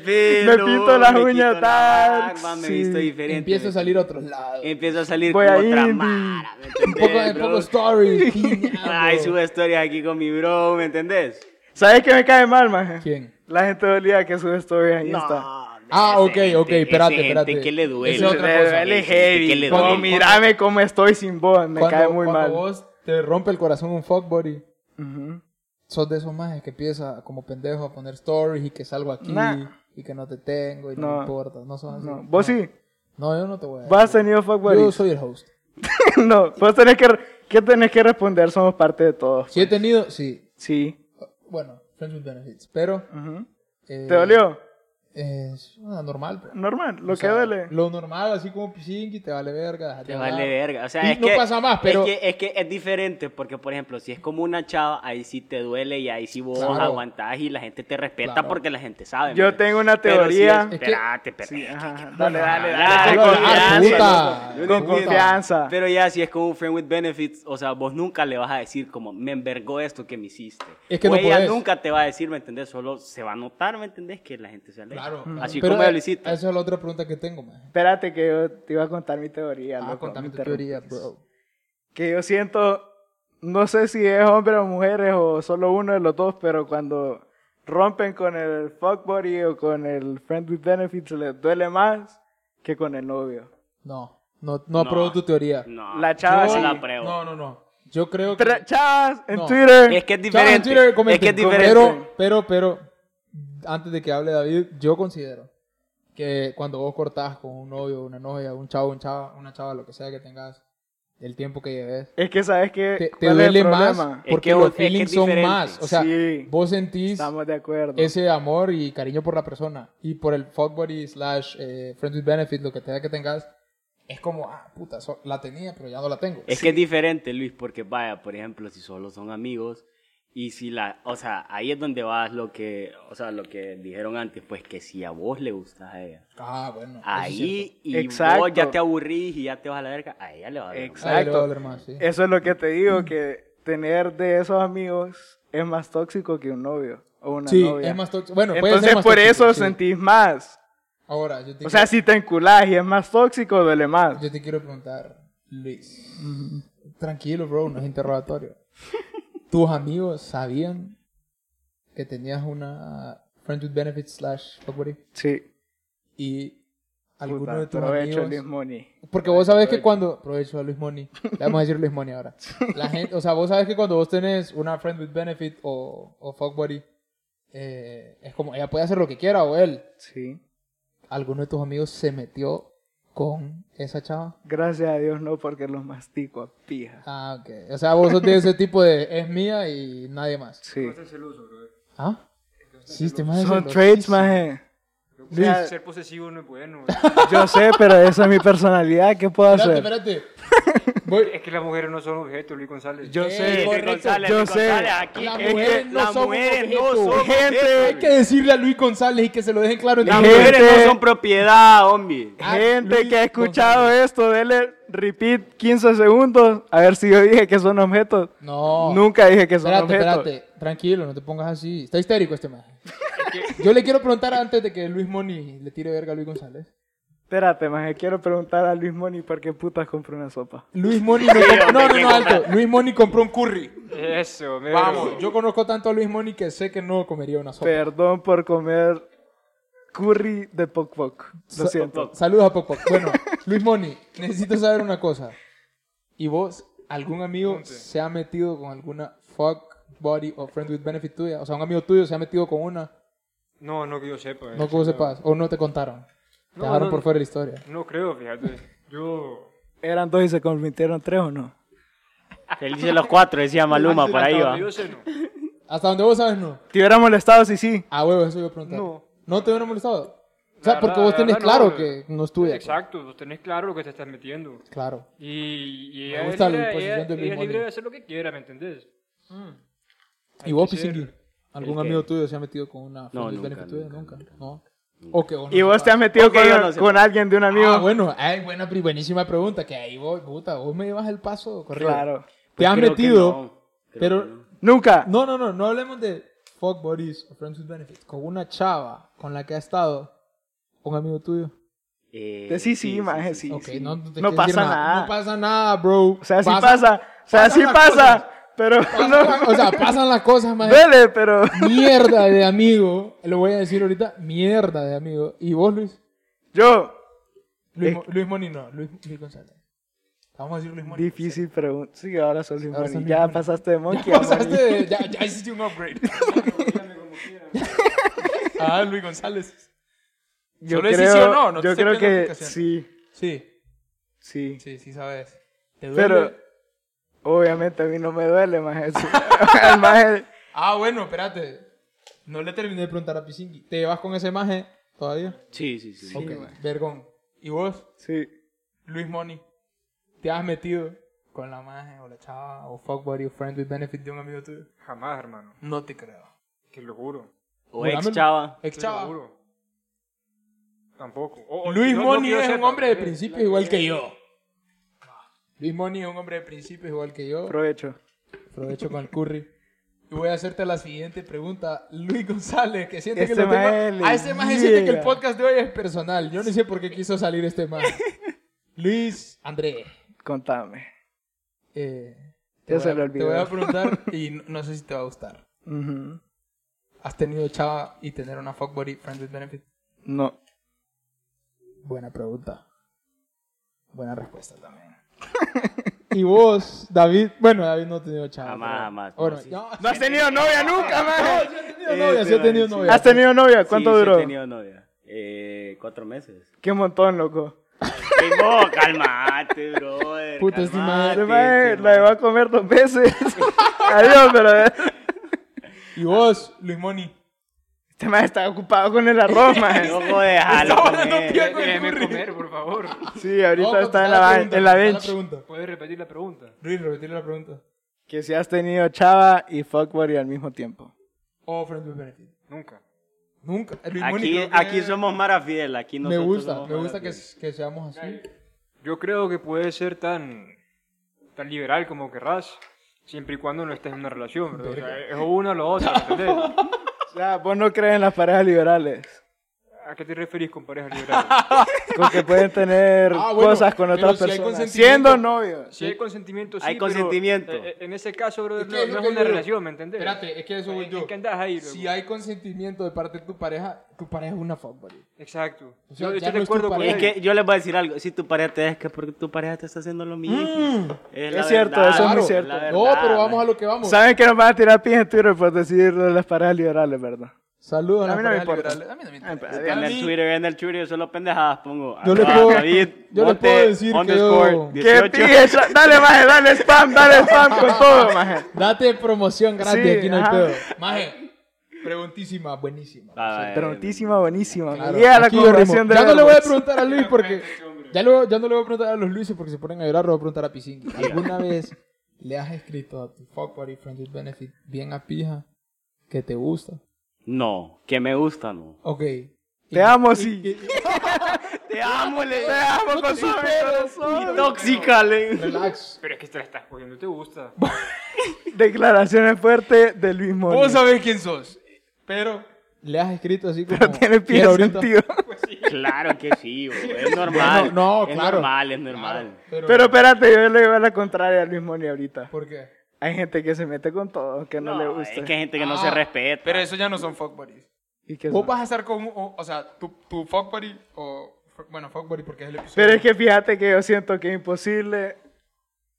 Speaker 4: Me
Speaker 5: pelo.
Speaker 4: pinto las
Speaker 5: me quito
Speaker 4: uñas
Speaker 5: la
Speaker 4: tal,
Speaker 5: barba, me
Speaker 4: sí.
Speaker 5: visto diferente.
Speaker 3: Empiezo a
Speaker 5: me-
Speaker 3: salir a otros lados.
Speaker 5: Empiezo a salir
Speaker 4: Voy
Speaker 5: como
Speaker 4: a
Speaker 5: otra
Speaker 4: indie.
Speaker 5: mara, ¿me
Speaker 3: Un poco de
Speaker 5: entendés, bro?
Speaker 3: poco story.
Speaker 5: Ay, subo historias aquí con mi bro, ¿me entendés?
Speaker 4: ¿Sabes qué me cae mal, maje?
Speaker 3: ¿Quién?
Speaker 4: La gente dolida que sube stories ahí está.
Speaker 3: Ah, ok, ok, espérate,
Speaker 5: ese gente
Speaker 3: espérate.
Speaker 5: que le duele.
Speaker 3: Esa es otra
Speaker 4: Me
Speaker 3: cosa.
Speaker 4: duele
Speaker 5: Ese gente que
Speaker 4: heavy.
Speaker 5: le
Speaker 4: Como
Speaker 5: duele.
Speaker 4: mirame cómo estoy sin vos, me
Speaker 3: cuando,
Speaker 4: cae muy
Speaker 3: cuando
Speaker 4: mal.
Speaker 3: vos te rompe el corazón un fuckbody,
Speaker 4: Ujú.
Speaker 3: sos de esos majes que empieza como pendejo a poner stories y que salgo aquí
Speaker 4: Nah.
Speaker 3: y que no te tengo y no,
Speaker 4: No.
Speaker 3: me importa. No sos así.
Speaker 4: No, Vos sí,
Speaker 3: No, yo no te voy a
Speaker 4: vos has tenido fuck
Speaker 3: Yo
Speaker 4: buddies.
Speaker 3: soy el host.
Speaker 4: no, vos tenés que, ¿qué tenés que responder? Somos parte de todos.
Speaker 3: Si he tenido, sí.
Speaker 4: Sí.
Speaker 3: Bueno, Friends with Benefits. Pero.
Speaker 4: Ujú.
Speaker 3: eh,
Speaker 4: ¿Te dolió?
Speaker 3: Es ah, normal. pues.
Speaker 4: Normal, lo
Speaker 3: O
Speaker 4: que
Speaker 3: sea,
Speaker 4: duele.
Speaker 3: Lo normal, así como pisinqui, te vale verga. déjate
Speaker 5: Te
Speaker 3: hablar.
Speaker 5: vale verga. O sea,
Speaker 3: Y
Speaker 5: es
Speaker 3: no
Speaker 5: que,
Speaker 3: pasa más, pero-
Speaker 5: Es que, es que es diferente, porque, por ejemplo, si es como una chava, ahí sí te duele y ahí sí vos
Speaker 3: Claro.
Speaker 5: aguantás y la gente te respeta
Speaker 3: Claro. porque
Speaker 5: porque la gente sabe.
Speaker 4: Yo tengo una teoría.
Speaker 3: Es que-
Speaker 5: Esperate, espérate.
Speaker 4: Sí, ajá.
Speaker 3: No, no,
Speaker 4: Dale, dale,
Speaker 5: no,
Speaker 4: dale.
Speaker 5: no,
Speaker 4: Con
Speaker 5: no,
Speaker 4: confianza.
Speaker 3: puta.
Speaker 4: Con
Speaker 3: No,
Speaker 4: confianza.
Speaker 5: Pero ya si es con un friend with benefits, o sea, vos nunca le vas a decir como, me envergó esto que me hiciste.
Speaker 3: Es que
Speaker 5: o
Speaker 3: no
Speaker 5: ella
Speaker 3: podés.
Speaker 5: nunca te va a decir, ¿me entendés? Solo se va a notar, ¿me entendés? Que la gente se alegra.
Speaker 3: Claro. claro.
Speaker 5: Así
Speaker 3: Pero
Speaker 5: como
Speaker 3: a-
Speaker 5: yo lo hiciste.
Speaker 3: Esa es la otra pregunta que tengo, man.
Speaker 4: Espérate que yo te iba a contar mi teoría.
Speaker 3: Ah,
Speaker 4: loco,
Speaker 3: contame
Speaker 4: me
Speaker 3: tu
Speaker 4: interrumpí.
Speaker 3: teoría, bro.
Speaker 4: Que yo siento, no sé si es hombre o mujeres o solo uno de los dos, pero cuando rompen con el fuckbody o con el friend with benefits les duele más que con el novio.
Speaker 3: No, no, no apruebo tu teoría.
Speaker 5: No,
Speaker 4: La chava
Speaker 5: yo
Speaker 4: sí.
Speaker 5: la apruebo.
Speaker 3: No, no, no. Yo creo que.
Speaker 4: Tra- Chavas, en
Speaker 3: No.
Speaker 4: Twitter.
Speaker 5: Es que
Speaker 3: Chavos
Speaker 5: es
Speaker 3: en
Speaker 5: diferente.
Speaker 3: Twitter,
Speaker 5: es que
Speaker 3: comenten.
Speaker 5: es diferente.
Speaker 3: Pero, pero, pero, antes de que hable David, yo considero que cuando vos cortás con un novio, una novia, un chavo, un chava, una chava, lo que sea que tengas, el tiempo que lleves,
Speaker 4: Es que sabes que
Speaker 3: te, te
Speaker 4: ¿cuál es el
Speaker 3: duele más
Speaker 4: problema?
Speaker 5: Es
Speaker 3: porque
Speaker 5: que vos-
Speaker 3: los
Speaker 5: es que es
Speaker 3: feelings son
Speaker 5: diferente.
Speaker 3: más. O sea,
Speaker 4: Sí.
Speaker 3: vos sentís
Speaker 4: Estamos de acuerdo.
Speaker 3: ese amor y cariño por la persona y por el fuckbody slash eh, friends with benefit, lo que sea que tengas, es como, ah, puta, so- la tenía, pero ya no la tengo.
Speaker 5: Es que es diferente, Luis, porque vaya, por ejemplo, si solo son amigos y si la, o sea, ahí es donde vas lo que, o sea, lo que dijeron antes, pues que si a vos le gustas a ella,
Speaker 3: Ah, bueno. eso es cierto.
Speaker 5: ahí y
Speaker 4: Exacto.
Speaker 5: vos ya te aburrís y ya te vas a la verga, a ella le va a doler.
Speaker 4: Exacto.
Speaker 3: Ahí le va a doler más, sí.
Speaker 4: Eso es lo que te digo, que tener de esos amigos es más tóxico que un novio o una
Speaker 3: Sí,
Speaker 4: novia.
Speaker 3: es más tóxico. Bueno, puede ser
Speaker 4: Entonces
Speaker 3: más
Speaker 4: por
Speaker 3: tóxico,
Speaker 4: eso
Speaker 3: sí.
Speaker 4: sentís más.
Speaker 3: Ahora, yo te,
Speaker 4: O sea, si te enculás y es más tóxico, duele más.
Speaker 3: yo te quiero preguntar, Luis. Tranquilo, bro, no es interrogatorio. ¿Tus amigos sabían que tenías una Friends with Benefits slash fuckbuddy?
Speaker 4: Sí.
Speaker 3: Y alguno
Speaker 4: Puta,
Speaker 3: de tus
Speaker 4: aprovecho
Speaker 3: amigos...
Speaker 4: el money.
Speaker 3: Porque vos sabés que cuando... Aprovecho a Luis Money. Le vamos a decir Luis Money ahora. La gente, o sea, vos sabés que cuando vos tenés una friend with benefit o, o fuckbuddy, eh, es como ella puede hacer lo que quiera o él.
Speaker 4: Sí.
Speaker 3: ¿Alguno de tus amigos se metió con esa chava?
Speaker 4: Gracias a Dios no, porque los mastico a pija.
Speaker 3: Ah, ok. O sea, vos sos de ese tipo de... Es mía y nadie más.
Speaker 4: Sí.
Speaker 6: Bastante celoso, bro.
Speaker 3: ¿Ah? Sí, este más
Speaker 4: Son traits, maje.
Speaker 6: Creo
Speaker 4: Luis.
Speaker 6: que Ser posesivo no es bueno. bro.
Speaker 4: Yo sé, pero esa es mi personalidad. ¿Qué puedo
Speaker 3: Espérate,
Speaker 4: hacer?
Speaker 3: espérate. Voy...
Speaker 6: Es que las mujeres no son objetos, Luis González.
Speaker 4: Yo
Speaker 3: Eh,
Speaker 4: sé.
Speaker 3: Luis
Speaker 5: González,
Speaker 4: yo
Speaker 5: Luis
Speaker 4: sé.
Speaker 5: González, aquí
Speaker 3: Las
Speaker 5: es que
Speaker 3: mujeres no
Speaker 5: las
Speaker 3: somos
Speaker 5: mujeres no
Speaker 3: objetos.
Speaker 5: son
Speaker 3: Hay
Speaker 5: objetos.
Speaker 3: que decirle a Luis González y que se lo dejen claro. en
Speaker 5: Las
Speaker 3: Twitter.
Speaker 5: mujeres no
Speaker 4: Gente.
Speaker 5: son propiedad, hombre.
Speaker 3: Ah,
Speaker 4: Gente
Speaker 3: Luis
Speaker 4: que ha escuchado
Speaker 3: González.
Speaker 4: esto, dele repeat 15 segundos. A ver si yo dije que son objetos.
Speaker 3: No.
Speaker 4: Nunca dije que son
Speaker 3: Espérate,
Speaker 4: objetos.
Speaker 3: espérate. Tranquilo, no te pongas así. Está histérico este man. Yo le quiero preguntar antes de que Luis Moni le tire verga a Luis González.
Speaker 4: Espérate, maje. Quiero preguntar a Luis Moni por qué putas compró una sopa.
Speaker 3: Luis Moni no, comp- no, no, no, alto. Luis Moni compró un curry.
Speaker 6: Eso, mero.
Speaker 3: Vamos, yo conozco tanto a Luis Moni que sé que no comería una sopa.
Speaker 4: Perdón por comer curry de Poc Poc. Lo
Speaker 3: Sa-
Speaker 4: siento.
Speaker 3: Saludos a Popo. Bueno, Luis Moni, necesito saber una cosa. ¿Y vos, algún amigo se ha metido con alguna fuck body o friend with benefit tuya? O sea, un amigo tuyo se ha metido con una,
Speaker 6: No, no que yo sepa.
Speaker 3: no
Speaker 6: eh.
Speaker 3: que vos sepas, o no te contaron. Te
Speaker 6: No,
Speaker 3: dejaron
Speaker 6: no,
Speaker 3: por
Speaker 6: no.
Speaker 3: fuera de la historia.
Speaker 6: No creo, fíjate. Yo.
Speaker 4: ¿Eran dos y se convirtieron en tres o no?
Speaker 5: Felices los cuatro, decía Maluma, por ahí
Speaker 6: Hasta
Speaker 5: va.
Speaker 6: donde Yo sé, no.
Speaker 3: Hasta donde vos sabes, no.
Speaker 4: ¿Te hubiera molestado si sí?
Speaker 3: Ah, huevo, eso iba a preguntar.
Speaker 6: No.
Speaker 3: ¿No te hubiera molestado? O sea,
Speaker 6: La
Speaker 3: porque
Speaker 6: verdad-
Speaker 3: vos
Speaker 6: la
Speaker 3: tenés
Speaker 6: verdad
Speaker 3: claro
Speaker 6: no.
Speaker 3: que no es tuya. pues.
Speaker 6: Exacto, vos tenés claro lo que te estás metiendo.
Speaker 3: Claro.
Speaker 6: Y, y
Speaker 3: Me
Speaker 6: ella, es
Speaker 3: gusta la
Speaker 6: libre,
Speaker 3: imposición
Speaker 6: ella-
Speaker 3: de Luis
Speaker 6: ella es libre
Speaker 3: Moni.
Speaker 6: de hacer lo que quiera, ¿me entendés?
Speaker 3: ¿Y vos,
Speaker 6: que ser-
Speaker 3: Pisingui? ¿Algún
Speaker 5: ¿El qué?
Speaker 3: amigo tuyo se ha metido con una friend
Speaker 5: No,
Speaker 3: with
Speaker 5: nunca,
Speaker 3: benefit tuya?
Speaker 5: nunca,
Speaker 3: Nunca. No. O que vos no
Speaker 4: ¿Y vos
Speaker 3: sepas.
Speaker 4: te has metido
Speaker 5: Ok,
Speaker 4: con,
Speaker 5: yo no sé.
Speaker 4: con alguien de un amigo?
Speaker 3: Ah, bueno, ay, buena, pri- buenísima pregunta, que ahí vos, puta, vos me llevas el paso correcto.
Speaker 4: Claro. pues
Speaker 3: Te has
Speaker 5: Creo que
Speaker 3: metido,
Speaker 5: no, creo
Speaker 3: pero...
Speaker 5: que no.
Speaker 4: Nunca.
Speaker 3: No, no, no, no hablemos de fuck buddies o friends with benefits, con una chava con la que has estado, un amigo tuyo.
Speaker 5: Eh,
Speaker 4: Sí, sí, maje, sí.
Speaker 3: Ok,
Speaker 4: sí.
Speaker 3: no, te
Speaker 4: No
Speaker 3: quiero
Speaker 4: pasa
Speaker 3: decir
Speaker 4: nada.
Speaker 3: No pasa nada, bro.
Speaker 4: O sea, sí pasa. O sea,
Speaker 3: pasan
Speaker 4: sí
Speaker 3: las
Speaker 4: pasa. Pero
Speaker 3: pasan-
Speaker 4: no.
Speaker 3: O sea, pasan las cosas, man.
Speaker 4: Duele, pero.
Speaker 3: Mierda de amigo, lo voy a decir ahorita, mierda de amigo. ¿Y vos, Luis?
Speaker 4: Yo.
Speaker 3: Luis,
Speaker 4: Eh.
Speaker 3: Mo- Luis Moni no, Luis, Luis González. Vamos a decir Luis Moni.
Speaker 4: Difícil pregunta. Sí, ahora sos Luis
Speaker 3: Ahora
Speaker 4: Moni.
Speaker 3: sos Luis
Speaker 4: Ya
Speaker 3: Moni.
Speaker 4: pasaste de Monkey. a
Speaker 3: Pasaste
Speaker 4: Moni.
Speaker 3: este de- ya, ya hiciste un upgrade. ah, Luis González.
Speaker 4: Yo
Speaker 3: Solo
Speaker 4: creo,
Speaker 3: es sí o no, no te
Speaker 4: yo
Speaker 3: estoy
Speaker 4: creo
Speaker 3: pidiendo
Speaker 4: que
Speaker 3: explicación.
Speaker 4: sí.
Speaker 3: Sí,
Speaker 4: Sí.
Speaker 3: sí, sí sabes. ¿Te duele?
Speaker 4: Pero. Obviamente a mí no me duele más eso. El maje-
Speaker 3: Ah, bueno, espérate. No le terminé de preguntar a Pisingui. Te vas con ese maje ¿Todavía?
Speaker 5: Sí, sí, sí.
Speaker 3: Ok, Vergón. ¿Y vos,
Speaker 4: Sí.
Speaker 3: Luis Money, te has metido con la maje o la chava o fuckbody o friend with benefit de un amigo tuyo?
Speaker 6: Jamás, hermano.
Speaker 3: No te creo.
Speaker 6: Que lo juro.
Speaker 5: O
Speaker 3: Jurámelo.
Speaker 5: ex chava.
Speaker 3: Ex
Speaker 6: Te lo
Speaker 3: chava.
Speaker 6: juro. Tampoco. O- o-
Speaker 3: Luis
Speaker 6: no- no
Speaker 3: Money
Speaker 6: que yo
Speaker 3: es un
Speaker 6: sepa. Eh,
Speaker 3: hombre de principios igual que yo. Luis Money es un hombre de principios igual que yo.
Speaker 4: Aprovecho.
Speaker 3: Aprovecho con el curry. Y voy a hacerte la siguiente pregunta. Luis González, que siente que
Speaker 4: Este
Speaker 3: lo tengo...
Speaker 4: mae le
Speaker 3: A este maje siente que el
Speaker 4: llega.
Speaker 3: podcast de hoy es personal. Yo no sé por qué quiso salir este maje. Luis Andrés.
Speaker 4: Contame.
Speaker 3: Eh,
Speaker 4: Ya
Speaker 3: voy
Speaker 4: se
Speaker 3: a-
Speaker 4: le olvidó.
Speaker 3: Te voy a preguntar y no, no sé si te va a gustar.
Speaker 4: Ujú.
Speaker 3: ¿Has tenido chava y tener una fuckbody friend with benefit?
Speaker 4: No.
Speaker 3: Buena pregunta. Buena respuesta también. y vos, David, bueno, David no ha tenido
Speaker 4: Ah,
Speaker 3: chava.
Speaker 5: Jamás,
Speaker 3: pero-
Speaker 5: jamás,
Speaker 3: Bueno,
Speaker 5: no, sí.
Speaker 3: no,
Speaker 4: No has tenido novia nunca, man.
Speaker 3: sí he tenido novia, sí he tenido novia.
Speaker 4: ¿Has tenido novia?
Speaker 5: Sí,
Speaker 4: ¿Cuánto
Speaker 5: sí
Speaker 4: duró?
Speaker 5: he tenido novia. Eh, cuatro meses.
Speaker 4: Qué montón, loco.
Speaker 5: Ey, no, calmate, brother.
Speaker 3: Puta, este
Speaker 5: calmate,
Speaker 4: Ese mae
Speaker 5: este
Speaker 4: la
Speaker 5: mae.
Speaker 4: va a comer dos veces. Adiós, pero
Speaker 3: ¿Y vos, Luis Moni?
Speaker 4: este mae está ocupado con el arroz, mae.
Speaker 5: Loco, déjalo comer.
Speaker 3: pie con el
Speaker 6: Déjeme
Speaker 3: curry.
Speaker 6: comer, por favor.
Speaker 4: Sí, ahorita
Speaker 3: No,
Speaker 4: está
Speaker 3: contestá
Speaker 4: en la, ba-
Speaker 3: Oh, pues, pregunta,
Speaker 4: en la
Speaker 3: contestá
Speaker 4: bench.
Speaker 3: pregunta.
Speaker 6: ¿Puedes repetir la pregunta?
Speaker 3: Luis, repetirle la pregunta.
Speaker 4: Que si has tenido chava y fuckboy al mismo tiempo.
Speaker 3: O friend with benefit.
Speaker 6: Nunca.
Speaker 3: Oh, Nunca. Eh, Luis Moni,
Speaker 5: Aquí,
Speaker 3: creo que-
Speaker 5: aquí somos Mara Fiel, aquí
Speaker 3: Me
Speaker 5: nosotros
Speaker 3: gusta,
Speaker 5: somos
Speaker 3: me
Speaker 5: Mara
Speaker 3: gusta que,
Speaker 5: Fiel.
Speaker 3: que seamos así.
Speaker 6: Yo creo que puedes ser tan, tan liberal como querrás, siempre y cuando no estés en una relación, ¿verdad? O sea, es una o la otra, ¿entendés?
Speaker 4: O sea, vos no crees en las parejas liberales.
Speaker 6: ¿A qué te referís con pareja liberal?
Speaker 4: Con que pueden tener
Speaker 3: Ah, bueno,
Speaker 4: cosas con
Speaker 3: pero
Speaker 4: otras
Speaker 3: si hay
Speaker 4: personas.
Speaker 3: consentimiento.
Speaker 4: Siendo novios.
Speaker 6: Si hay consentimiento, sí,
Speaker 5: Hay
Speaker 6: pero,
Speaker 5: consentimiento.
Speaker 6: eh, eh, en ese caso, bro,
Speaker 3: Es que
Speaker 6: no,
Speaker 3: es
Speaker 6: no
Speaker 3: lo
Speaker 6: es
Speaker 3: que
Speaker 6: una
Speaker 3: digo.
Speaker 6: relación, ¿me entendés?
Speaker 3: Espérate, es que eso voy
Speaker 6: ¿En- en
Speaker 3: yo.
Speaker 6: qué andás ahí, luego?
Speaker 3: Si hay consentimiento de parte de tu pareja, tu pareja es una fuckbody.
Speaker 6: Exacto.
Speaker 3: O sea, ya
Speaker 6: yo estoy
Speaker 3: no
Speaker 6: de
Speaker 3: es tu
Speaker 6: acuerdo con
Speaker 3: pareja.
Speaker 5: Es
Speaker 6: él.
Speaker 5: que yo les voy a decir algo. Si tu pareja te es que porque tu pareja te está haciendo lo mismo. Es, la
Speaker 4: Es cierto,
Speaker 5: verdad,
Speaker 4: eso Ah, es muy
Speaker 5: la
Speaker 4: cierto. Ah,
Speaker 5: verdad,
Speaker 3: No, pero vamos a
Speaker 5: man.
Speaker 3: lo que vamos.
Speaker 4: Saben que nos van a tirar pies en Twitter por decir lo de las parejas liberales, ¿verdad?
Speaker 3: Saludos a
Speaker 4: A
Speaker 3: las
Speaker 4: mí no me
Speaker 3: parejas
Speaker 4: importa.
Speaker 3: liberales. A mí no me interesa.
Speaker 5: En el Twitter, en el Twitter, solo pendejadas pongo.
Speaker 3: Yo le
Speaker 5: Arroba
Speaker 3: puedo-
Speaker 5: David
Speaker 3: yo le
Speaker 5: Monte
Speaker 3: puedo decir que
Speaker 5: underscore
Speaker 3: yo-
Speaker 4: ¡Qué
Speaker 5: 18.
Speaker 4: pije! Dale, maje, dale spam, dale spam con todo, maje.
Speaker 3: Date promoción gratis,
Speaker 4: Sí,
Speaker 3: aquí no hay
Speaker 4: ajá.
Speaker 3: pedo. Maje, preguntísima, buenísima.
Speaker 5: Ah, eh,
Speaker 4: Preguntísima, buenísima.
Speaker 3: Claro,
Speaker 4: Me llega la
Speaker 3: aquí yo
Speaker 4: conversación
Speaker 3: rimo.
Speaker 4: de
Speaker 3: Ya no le voy a
Speaker 4: verbos.
Speaker 3: preguntar a Luis porque. Ya, luego- ya no le voy a preguntar a los Luises porque se ponen a llorar, le voy a preguntar a Pisingui. ¿Alguna vez le has escrito a tu fuckbody friend with benefit bien a pija que te gusta?
Speaker 5: No, que me gusta, no.
Speaker 3: Ok.
Speaker 4: Te amo, sí.
Speaker 5: Te amo, le.
Speaker 4: Te amo con todo mi corazón.
Speaker 5: Tóxica, le.
Speaker 3: Relax.
Speaker 6: Pero es que te la estás cogiendo, te gusta.
Speaker 4: Declaraciones fuertes de Luis Moni.
Speaker 3: Vos sabés quién sos. Pero le has escrito así como.
Speaker 4: No tiene pie
Speaker 3: "Quiero ahorita".
Speaker 4: sentido.
Speaker 5: Claro que sí, bro. es normal.
Speaker 3: No, no,
Speaker 5: es
Speaker 3: claro.
Speaker 5: normal, es normal.
Speaker 3: Pero,
Speaker 4: Pero espérate, yo le digo la contraria a Luis Moni ahorita.
Speaker 3: ¿Por qué?
Speaker 4: Hay gente que se mete con todo, que no, le gusta.
Speaker 5: Es que hay gente que no
Speaker 3: Ah,
Speaker 5: se respeta.
Speaker 3: Pero eso ya no son fuckbuddies.
Speaker 4: Y que-
Speaker 3: Vos vas a estar con. un- O, o sea, tu, tu fuckbuddy o. Bueno, fuckbuddy porque es el episodio.
Speaker 4: Pero es que fíjate que yo siento que es imposible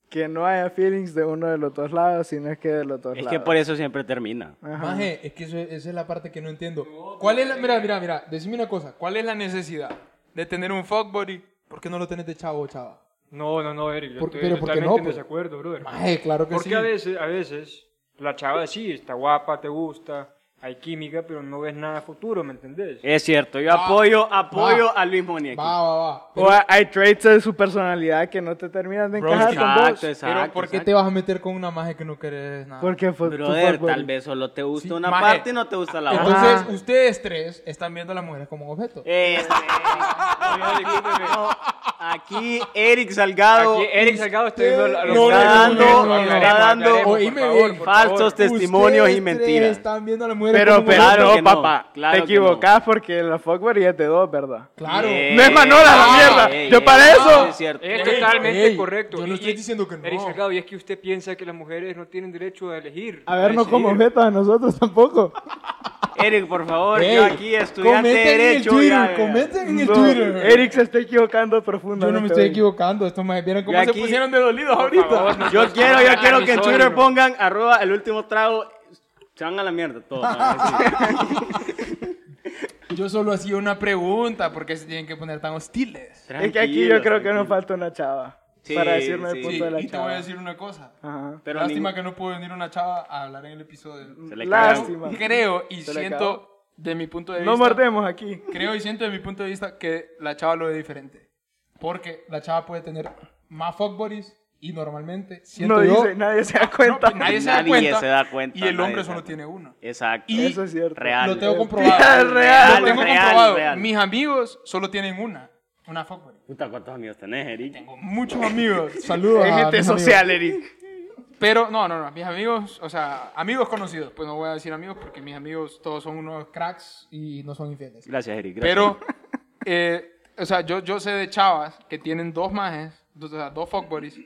Speaker 4: que no haya feelings de uno de los dos lados, sino es que de los dos
Speaker 5: Es
Speaker 4: lados.
Speaker 5: que por eso siempre termina.
Speaker 4: Ajá.
Speaker 3: Maje, es que eso- esa es la parte que no entiendo. ¿Cuál es la, mira, mira, mira, decime una cosa. ¿Cuál es la necesidad de tener un fuckbody? ¿Por qué no lo tenés de chavo o chava?
Speaker 6: No, no, no, Eric, yo
Speaker 3: Por-
Speaker 6: estoy
Speaker 3: pero ¿por qué
Speaker 6: totalmente
Speaker 3: no,
Speaker 6: en
Speaker 3: pues?
Speaker 6: desacuerdo, brother.
Speaker 3: Maje, claro que
Speaker 6: Porque
Speaker 3: sí.
Speaker 6: a veces, a veces, la chava sí, está guapa, te gusta, hay química, pero no ves nada a futuro, ¿me entendés?
Speaker 5: Es cierto, yo apoyo, apoyo
Speaker 3: Va.
Speaker 5: a Luis Moni aquí.
Speaker 3: Va, va, va. Pero,
Speaker 4: O hay- hay traits de su personalidad que no te terminan de
Speaker 3: Bro,
Speaker 4: encajar
Speaker 3: es que-
Speaker 4: con vos.
Speaker 5: Exacto,
Speaker 3: pero
Speaker 5: exacto.
Speaker 3: ¿por qué te
Speaker 5: exacto.
Speaker 3: vas a meter con una maje que no querés nada?
Speaker 4: Porque fue tu
Speaker 5: Brother,
Speaker 4: fuckboy.
Speaker 5: tal vez solo te gusta
Speaker 3: Sí,
Speaker 5: una
Speaker 3: maje.
Speaker 5: parte y no te gusta la otra.
Speaker 3: Entonces,
Speaker 4: Ajá.
Speaker 3: ustedes tres están viendo a las mujeres como un objeto.
Speaker 5: Este,
Speaker 6: Oye, discúlpeme.
Speaker 5: aquí Eric Salgado
Speaker 6: Aquí Eric Salgado está viendo a los
Speaker 5: no, no, no,
Speaker 6: padres.
Speaker 5: no,
Speaker 6: Aclaremos,
Speaker 5: está dando-
Speaker 6: aclaremos, por
Speaker 3: Oíme
Speaker 6: favor,
Speaker 3: bien.
Speaker 6: por
Speaker 5: falsos
Speaker 6: favor.
Speaker 5: testimonios y
Speaker 3: Ustedes tres
Speaker 5: mentiras.
Speaker 3: están viendo a las mujeres
Speaker 4: Pero,
Speaker 3: como un
Speaker 4: pero
Speaker 5: Claro
Speaker 4: no,
Speaker 5: que no,
Speaker 4: papá.
Speaker 5: claro
Speaker 4: te
Speaker 5: que no.
Speaker 4: equivocás porque la fuckboy es de dos, ¿verdad?
Speaker 3: Claro.
Speaker 5: Eh,
Speaker 4: No es Manola la
Speaker 5: ah,
Speaker 4: mierda.
Speaker 5: eh,
Speaker 4: Yo
Speaker 5: eh,
Speaker 4: para
Speaker 5: ah,
Speaker 4: eso-
Speaker 5: Es cierto.
Speaker 6: Es
Speaker 3: Ey,
Speaker 6: totalmente
Speaker 3: ey,
Speaker 6: correcto.
Speaker 3: yo no
Speaker 6: Y-
Speaker 3: estoy diciendo que
Speaker 6: Eric
Speaker 3: no.
Speaker 6: Salgado, y es que usted piensa que las mujeres no tienen derecho a elegir.
Speaker 4: A ver, no
Speaker 6: decidir.
Speaker 4: como objetos a nosotros tampoco.
Speaker 5: Eric, por favor,
Speaker 3: Ey,
Speaker 5: yo aquí estudiante de
Speaker 3: comenten
Speaker 5: derecho.
Speaker 3: En el
Speaker 5: ya,
Speaker 3: Twitter,
Speaker 5: ya.
Speaker 3: comenten en el
Speaker 4: No,
Speaker 3: Twitter.
Speaker 4: Eric se está equivocando profundamente.
Speaker 3: Yo no me estoy
Speaker 4: hoy.
Speaker 3: equivocando. Estos majes vieron cómo
Speaker 5: Yo
Speaker 3: se
Speaker 5: aquí-
Speaker 3: pusieron de dolidos ahorita.
Speaker 6: favor, no.
Speaker 5: Yo quiero, yo
Speaker 6: Ah,
Speaker 5: quiero que en
Speaker 6: sorry,
Speaker 5: Twitter
Speaker 6: bro.
Speaker 5: pongan arroba el último trago. Se van a la mierda todos. man, así.
Speaker 3: Yo solo hacía una pregunta, ¿por qué se tienen que poner tan hostiles?
Speaker 4: Es que aquí yo creo que
Speaker 5: Tranquilos,
Speaker 4: nos falta una chava.
Speaker 5: Sí,
Speaker 4: para decirme
Speaker 5: sí.
Speaker 4: el punto de la
Speaker 3: y te voy
Speaker 4: chava.
Speaker 3: a decir una cosa.
Speaker 4: Ajá.
Speaker 5: Pero
Speaker 3: Lástima
Speaker 5: ningún-
Speaker 3: que no pudo venir una chava a hablar en el episodio.
Speaker 5: Se le
Speaker 4: Lástima.
Speaker 3: Creo y
Speaker 4: Se le
Speaker 3: siento
Speaker 8: de mi punto de vista.
Speaker 4: No mordemos aquí.
Speaker 8: Creo y siento de mi punto de vista que la chava lo ve diferente. Porque la chava puede tener más fuckbodies y normalmente siento
Speaker 4: No
Speaker 8: yo,
Speaker 4: dice, nadie se da
Speaker 8: no,
Speaker 4: cuenta.
Speaker 8: nadie, se da
Speaker 5: Nadie
Speaker 8: cuenta,
Speaker 5: se da cuenta,
Speaker 8: y el
Speaker 5: nadie
Speaker 8: hombre
Speaker 5: se da
Speaker 8: solo
Speaker 5: cuenta.
Speaker 8: tiene uno.
Speaker 5: Exacto.
Speaker 8: Y-
Speaker 4: Eso es cierto.
Speaker 5: real.
Speaker 8: Lo tengo comprobado.
Speaker 4: Es real,
Speaker 8: lo tengo
Speaker 5: real,
Speaker 8: comprobado.
Speaker 5: real.
Speaker 8: Mis amigos solo tienen una, una fuckbody.
Speaker 5: Puta, ¿cuántos amigos tenés, Eric?
Speaker 8: Muchos amigos.
Speaker 3: Saludos
Speaker 4: Es
Speaker 3: a
Speaker 4: gente
Speaker 3: mis amigos.
Speaker 4: social, Eric.
Speaker 8: Pero no, no, no, mis amigos, o sea, amigos conocidos, pues no voy a decir amigos porque mis amigos todos son unos cracks
Speaker 3: Y no son infieles.
Speaker 5: Gracias, Eric. gracias.
Speaker 8: Pero, eh, o sea, yo, yo sé de chavas que tienen dos majes, dos, o sea, dos fuckbuddies,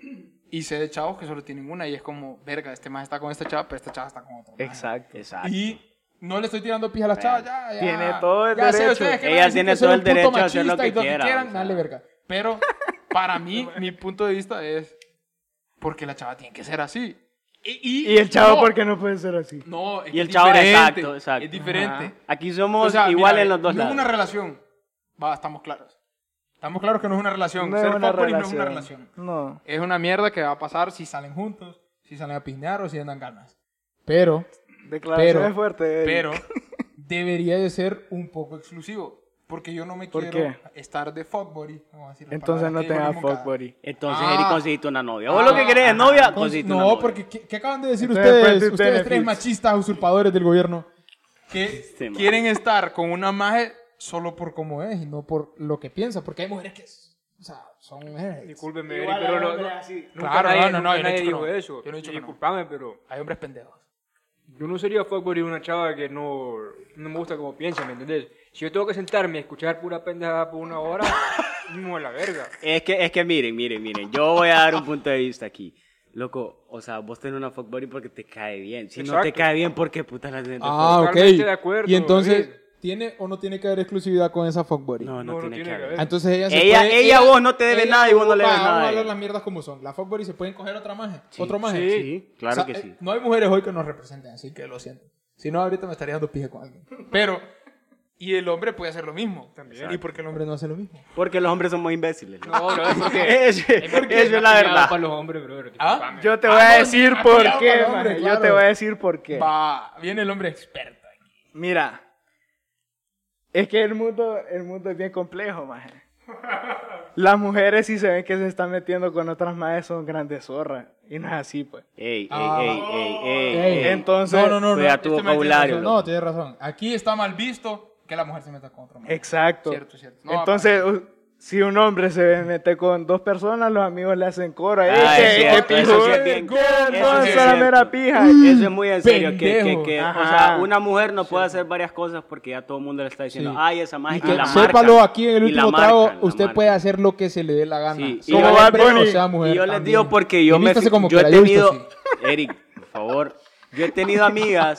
Speaker 8: y sé de chavos que solo tienen una, y es como, verga, este maje está con esta chava, pero esta chava está con otra. maje".
Speaker 4: Exacto.
Speaker 5: Exacto.
Speaker 3: Y no le estoy tirando pija a las chavas, ya, ya.
Speaker 4: Tiene todo el
Speaker 3: Ya sé,
Speaker 4: derecho.
Speaker 3: ustedes que
Speaker 5: Ella
Speaker 3: van a decir
Speaker 5: tiene
Speaker 3: que soy un
Speaker 5: todo el
Speaker 3: puto
Speaker 5: derecho a hacer lo
Speaker 3: machista y
Speaker 5: que quiera, o
Speaker 3: quieran,
Speaker 5: sea.
Speaker 3: dale verga.
Speaker 8: Pero, para mí, mi punto de vista es, porque la chava tiene que ser así. Y,
Speaker 4: Y el chavo,
Speaker 8: no,
Speaker 4: ¿por qué no puede ser así?
Speaker 8: No, es
Speaker 5: Y el
Speaker 8: que
Speaker 5: chavo,
Speaker 8: es diferente,
Speaker 5: exacto, exacto.
Speaker 8: Es diferente.
Speaker 5: Ajá. Aquí somos
Speaker 8: O sea, mira,
Speaker 5: iguales en los dos
Speaker 8: no
Speaker 5: lados.
Speaker 8: es una relación. Va, estamos claros. Estamos claros que no es una relación.
Speaker 4: No es
Speaker 8: Ser
Speaker 4: una
Speaker 8: fuckbuddy no es una
Speaker 4: relación.
Speaker 8: relación.
Speaker 4: No.
Speaker 8: Es una mierda que va a pasar si salen juntos, si salen a pinear o si andan ganas.
Speaker 3: Pero,
Speaker 4: Declaraciones
Speaker 3: Pero-
Speaker 4: fuertes. Eric.
Speaker 8: Pero
Speaker 3: debería de ser un
Speaker 8: un poco exclusivo. Porque yo no me
Speaker 4: ¿Por
Speaker 8: quiero
Speaker 4: qué?
Speaker 8: estar de fuckbody. vamos a decir la
Speaker 4: Entonces
Speaker 8: palabra
Speaker 4: no
Speaker 8: que dijo
Speaker 4: tengas
Speaker 8: Limonca.
Speaker 4: fuckbody.
Speaker 5: Entonces,
Speaker 8: Ah.
Speaker 5: Eric, conseguiste una novia. ¿Vos lo que querés es novia? Conseguiste una
Speaker 3: No,
Speaker 5: novia.
Speaker 3: porque ¿qué, qué acaban de decir
Speaker 4: Entonces,
Speaker 3: ustedes?
Speaker 4: friends with
Speaker 3: Ustedes tres
Speaker 4: benefits.
Speaker 3: machistas usurpadores del gobierno.
Speaker 8: Que
Speaker 5: Este man.
Speaker 8: quieren estar con una maje
Speaker 3: Solo por cómo es y no por lo que piensa. Porque hay mujeres que o sea, son mujeres.
Speaker 6: Discúlpeme, Eric, pero no, no, nunca
Speaker 8: Claro,
Speaker 6: nadie,
Speaker 8: no, no, yo
Speaker 6: nunca
Speaker 8: no he
Speaker 6: nadie
Speaker 8: dicho que
Speaker 6: dijo
Speaker 8: no.
Speaker 6: eso.
Speaker 8: Yo no he dicho que no.
Speaker 6: Disculpame, pero
Speaker 8: Hay hombres pendejos.
Speaker 6: yo no sería fuckboy de una chava que no, no me gusta como piensa, ¿me entendés? Si yo tengo que sentarme a escuchar pura pendejada por una hora, no es la verga.
Speaker 5: Es que, es que miren, miren, miren. Yo voy a dar un punto de vista aquí. Loco, o sea, vos tenés una fuckbody porque te cae bien. Si no te
Speaker 6: Exacto.
Speaker 5: cae bien, ¿por qué putas la tenés de
Speaker 3: Ah, ok.
Speaker 6: Totalmente de acuerdo,
Speaker 3: y entonces,
Speaker 6: David.
Speaker 3: ¿tiene o no tiene que haber exclusividad con esa fuckbody?
Speaker 5: fuckbody? No, no,
Speaker 6: No, no
Speaker 5: tiene, que haber.
Speaker 3: Ah, Entonces ella se
Speaker 5: Ella-
Speaker 3: puede-
Speaker 5: ella a vos no te debe
Speaker 3: ella
Speaker 5: nada y vos no le
Speaker 3: va,
Speaker 5: debes
Speaker 3: Vamos
Speaker 5: nada a
Speaker 3: a hablar
Speaker 5: ella.
Speaker 3: las mierdas como son. La fuckbody se pueden coger otra maje.
Speaker 5: Sí,
Speaker 3: otro maje.
Speaker 5: sí, sí, claro
Speaker 3: O sea,
Speaker 5: que
Speaker 3: eh,
Speaker 5: sí.
Speaker 3: No hay mujeres hoy que nos representen, así que lo siento. Si no, ahorita me estaría dando pije con alguien.
Speaker 8: Pero, y el hombre puede hacer lo mismo. También.
Speaker 3: ¿Y por qué el hombre no hace lo mismo?
Speaker 5: Porque los hombres somos imbéciles. ¿no?
Speaker 6: No, bro, es porque...
Speaker 5: Eso, eso es la
Speaker 6: Cuidado
Speaker 5: verdad.
Speaker 6: Para los hombres, bro.
Speaker 8: ¿Ah?
Speaker 4: Yo te voy a decir por
Speaker 3: cuidado con
Speaker 4: qué,
Speaker 3: el
Speaker 4: maje,
Speaker 3: hombre,
Speaker 4: Yo
Speaker 3: claro.
Speaker 4: te voy a decir por qué.
Speaker 8: Va, viene el hombre experto.
Speaker 4: Mira. Es que el mundo, el mundo es bien complejo, maje. Las mujeres si se ven que se están metiendo con otras madres son grandes zorras. Y no es así, pues.
Speaker 5: Ey, ey,
Speaker 3: Ah.
Speaker 5: ey, ey, ey,
Speaker 3: Ey.
Speaker 5: ey.
Speaker 4: Entonces,
Speaker 3: no, no, no. no
Speaker 5: cuida
Speaker 3: este
Speaker 5: tu
Speaker 3: man tiene
Speaker 5: vocabulario,
Speaker 3: razón.
Speaker 5: loco.
Speaker 3: No, tienes razón. Aquí está mal visto que la mujer se meta con otro maje.
Speaker 4: exacto.
Speaker 8: Cierto, cierto. No,
Speaker 4: Entonces, u- si un hombre se mete con dos personas, los amigos le hacen coro. ¡Eh,
Speaker 5: Ah,
Speaker 4: qué-
Speaker 5: es
Speaker 4: qué
Speaker 5: cierto, eso
Speaker 4: pijo,
Speaker 5: sí es
Speaker 4: eh,
Speaker 5: bien-
Speaker 4: qué
Speaker 5: eso sí es
Speaker 4: hermosa la
Speaker 5: cierto. Mm.
Speaker 4: mera pija! Mm.
Speaker 5: Eso es muy en serio. Que, que,
Speaker 3: Pendejo.
Speaker 5: que, o sea,
Speaker 4: Ajá.
Speaker 5: una mujer no puede hacer varias cosas porque ya todo el mundo le está diciendo,
Speaker 3: Sí.
Speaker 5: ay, esa magia.
Speaker 3: Y
Speaker 5: Y
Speaker 3: que
Speaker 5: la
Speaker 3: sépalo
Speaker 5: marcan,
Speaker 3: aquí en el
Speaker 5: y la
Speaker 3: último trago,
Speaker 5: marcan, la
Speaker 3: usted
Speaker 5: marcan.
Speaker 3: puede hacer lo que se le dé la gana.
Speaker 5: Sí, y
Speaker 3: Como
Speaker 5: yo-
Speaker 3: hombre,
Speaker 4: Bad Bunny.
Speaker 3: o sea, mujer
Speaker 5: Y yo les
Speaker 3: también.
Speaker 5: digo porque yo me
Speaker 3: Vístase
Speaker 5: fui-
Speaker 3: como
Speaker 5: yo he
Speaker 3: quiera, yo he visto
Speaker 5: tenido Eric, por favor, yo he tenido amigas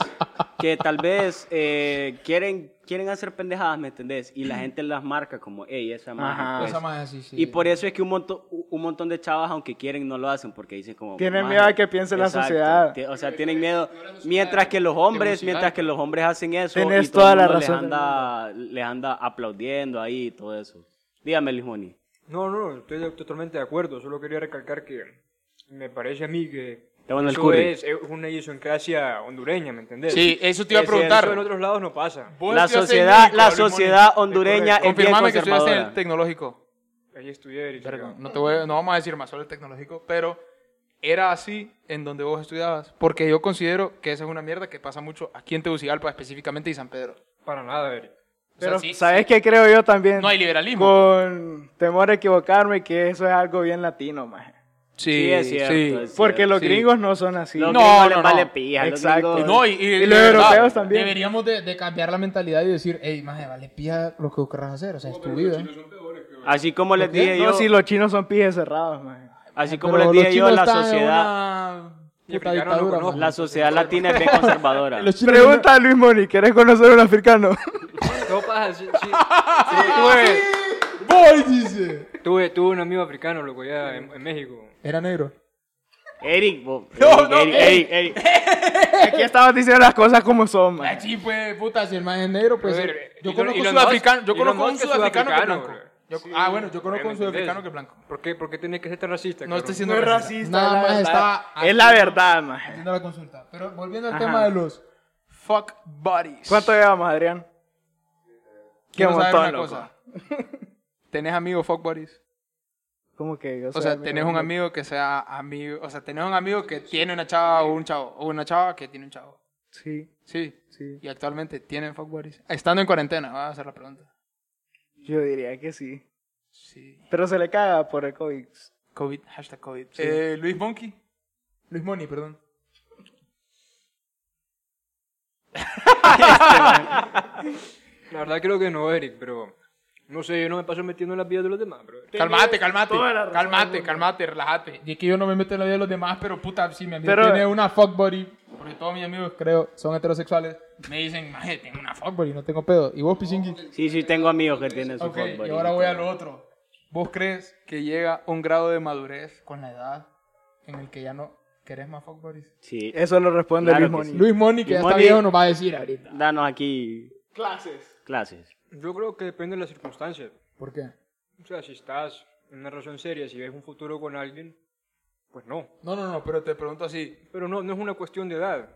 Speaker 5: que tal vez eh, quieren quieren hacer pendejadas, ¿me entendés? Y la gente las marca como, "Ey, esa
Speaker 4: Ajá.
Speaker 5: maja."
Speaker 8: Ah,
Speaker 5: pues".
Speaker 3: Esa maje, sí, sí.
Speaker 5: Y por eso es que un montón un montón de chavas aunque quieren no lo hacen porque dicen como
Speaker 4: Tienen
Speaker 5: "Maje".
Speaker 4: miedo a que piense la
Speaker 5: Exacto.
Speaker 4: sociedad.
Speaker 5: Ti- O sea, tienen miedo mientras que los hombres, mientras que los hombres hacen eso
Speaker 4: Tenés
Speaker 5: y todo
Speaker 4: toda
Speaker 5: el
Speaker 4: la
Speaker 5: mundo
Speaker 4: razón
Speaker 5: les
Speaker 4: del
Speaker 5: anda les anda aplaudiendo ahí y todo eso. Dígame, Lijoni.
Speaker 6: No, no, estoy de- totalmente de acuerdo. Solo quería recalcar que me parece a mí que
Speaker 5: Te van al
Speaker 6: eso
Speaker 5: curry.
Speaker 6: es, es una idiosincrasia hondureña, ¿me entendés?
Speaker 8: Sí, eso te iba a
Speaker 5: Es
Speaker 8: preguntar.
Speaker 6: Eso en otros lados no pasa.
Speaker 8: Vos
Speaker 5: La
Speaker 8: estudiaste en
Speaker 5: sociedad,
Speaker 8: México,
Speaker 5: la
Speaker 8: Luis Moni.
Speaker 5: sociedad hondureña es bien
Speaker 8: Confirmame que estudiaste en
Speaker 5: conservadora.
Speaker 8: el tecnológico.
Speaker 6: Ahí estudié y
Speaker 8: Perdón, no, te voy, a- no vamos a decir más sobre el tecnológico, pero era así en donde vos estudiabas. Porque yo considero que esa es una mierda que pasa mucho aquí en Tegucigalpa específicamente y San Pedro.
Speaker 6: Para nada, Eric.
Speaker 4: Pero,
Speaker 8: sí,
Speaker 4: ¿sabes qué creo yo también?
Speaker 8: No hay liberalismo.
Speaker 4: Con temor a equivocarme, que eso es algo bien latino, maje.
Speaker 5: Sí, es cierto, es cierto.
Speaker 4: Porque los
Speaker 8: sí.
Speaker 4: gringos no son así.
Speaker 5: Los
Speaker 8: No,
Speaker 5: gringos les
Speaker 8: no,
Speaker 5: vale
Speaker 8: no.
Speaker 5: pija, los
Speaker 4: Exacto.
Speaker 5: gringos-
Speaker 8: No, y, y-
Speaker 4: Y
Speaker 8: de
Speaker 4: los
Speaker 8: verdad,
Speaker 4: europeos también.
Speaker 3: Deberíamos de, de cambiar la mentalidad y decir, hey, maje, vale, pilla lo que querrás hacer, o sea, es tu vida.
Speaker 5: Así como les dije
Speaker 4: No,
Speaker 5: yo,
Speaker 4: si los chinos son pijes cerrados, maje.
Speaker 5: así como
Speaker 3: Pero
Speaker 5: les
Speaker 3: los
Speaker 5: dije yo,
Speaker 3: chinos
Speaker 5: la
Speaker 3: están en
Speaker 5: sociedad,
Speaker 3: una
Speaker 6: Y
Speaker 3: puta
Speaker 6: africanos no
Speaker 3: dictadura,
Speaker 6: conozco.
Speaker 5: la
Speaker 3: maje.
Speaker 5: sociedad latina es bien conservadora.
Speaker 3: Los chinos
Speaker 4: Pregunta a Luis Moni, ¿querés conocer a un africano?
Speaker 6: No pasa, Ah, sí, sí. tuve,
Speaker 3: no- ¡Voy! Dice.
Speaker 6: tuve, tuve un amigo africano, loco, allá en, en México.
Speaker 3: Era negro.
Speaker 5: Eric, bo- Eric,
Speaker 3: No, no,
Speaker 5: Eric, Eric, Eric.
Speaker 4: Aquí estamos diciendo las cosas como son, maje.
Speaker 3: Sí, pues, puta, si el maje es negro, pues.
Speaker 6: Pero, eh,
Speaker 3: yo
Speaker 6: Elon-
Speaker 3: conozco un
Speaker 6: Elon
Speaker 3: sudafricano,
Speaker 6: Musk-
Speaker 3: yo
Speaker 6: Elon
Speaker 3: conozco un
Speaker 6: Musk es
Speaker 8: sudafricano que
Speaker 6: sudafricano,
Speaker 8: blanco.
Speaker 6: bro.
Speaker 8: Yo- ah, bueno, yo conozco un
Speaker 6: obviamente,
Speaker 8: sudafricano
Speaker 6: ¿ves?
Speaker 8: que blanco.
Speaker 6: ¿Por qué, ¿Por qué tenés que ser tan racista?
Speaker 8: No estoy
Speaker 6: cabrón?
Speaker 8: siendo
Speaker 4: No es
Speaker 8: racista.
Speaker 4: racista,
Speaker 3: Nada
Speaker 4: la
Speaker 3: más
Speaker 4: verdad.
Speaker 3: estaba-
Speaker 4: Es la verdad, maje.
Speaker 3: Haciendo la consulta. Pero volviendo al
Speaker 4: Ajá.
Speaker 3: tema de los fuck buddies.
Speaker 4: ¿Cuánto llevamos, Adrián? Qué
Speaker 3: Quiero saber una
Speaker 4: montón, loco.
Speaker 3: cosa. ¿Tenés amigos fuck buddies?
Speaker 4: ¿Cómo que? yo
Speaker 3: O
Speaker 4: soy
Speaker 3: sea,
Speaker 4: amigo
Speaker 3: tenés
Speaker 4: de-
Speaker 3: un amigo que sea amigo. O sea, tenés un amigo que tiene una chava o un chavo. O una chava que tiene un chavo.
Speaker 4: Sí,
Speaker 3: Sí.
Speaker 4: sí.
Speaker 3: Y actualmente tienen fuck buddies. Estando en cuarentena, va a hacer la pregunta.
Speaker 4: Yo diría que sí.
Speaker 3: Sí.
Speaker 4: Pero se le caga por el COVID.
Speaker 3: COVID, hashtag COVID.
Speaker 4: sí.
Speaker 3: Eh, Luis Monkey. Luis Money, perdón.
Speaker 6: La verdad creo que no, Eric, pero no sé, yo no me paso metiendo en las vidas de los demás, bro.
Speaker 3: Calmate, calmate. Calmate, calmate, relájate. Y es que yo no me meto en la vida de los demás, pero puta, si mi amigo
Speaker 4: Pero-
Speaker 3: tiene una fuck buddy, porque todos mis amigos, creo, son heterosexuales, me dicen, maje, tengo una fuck buddy, no tengo pedo. ¿Y vos, Pichinki?
Speaker 5: Sí, sí, tengo amigos que tienen su
Speaker 3: Ok,
Speaker 5: fuck buddy.
Speaker 3: y ahora voy a lo otro. ¿Vos crees que llega un grado de madurez con la edad en el que ya no querés más fuck buddies?
Speaker 5: Sí.
Speaker 4: Eso lo responde
Speaker 5: Claro
Speaker 4: Luis
Speaker 5: que
Speaker 4: Moni.
Speaker 5: sí.
Speaker 3: Luis Moni, que ya está
Speaker 5: Moni-
Speaker 3: viejo, nos va a decir ahorita.
Speaker 5: Danos aquí
Speaker 3: Clases.
Speaker 5: clases.
Speaker 6: Yo creo que depende de las circunstancias.
Speaker 3: ¿Por qué?
Speaker 6: O sea, si estás en una relación seria, si ves un futuro con alguien, pues no.
Speaker 3: No, no, no, pero te pregunto así.
Speaker 6: Pero no, no es una cuestión de edad.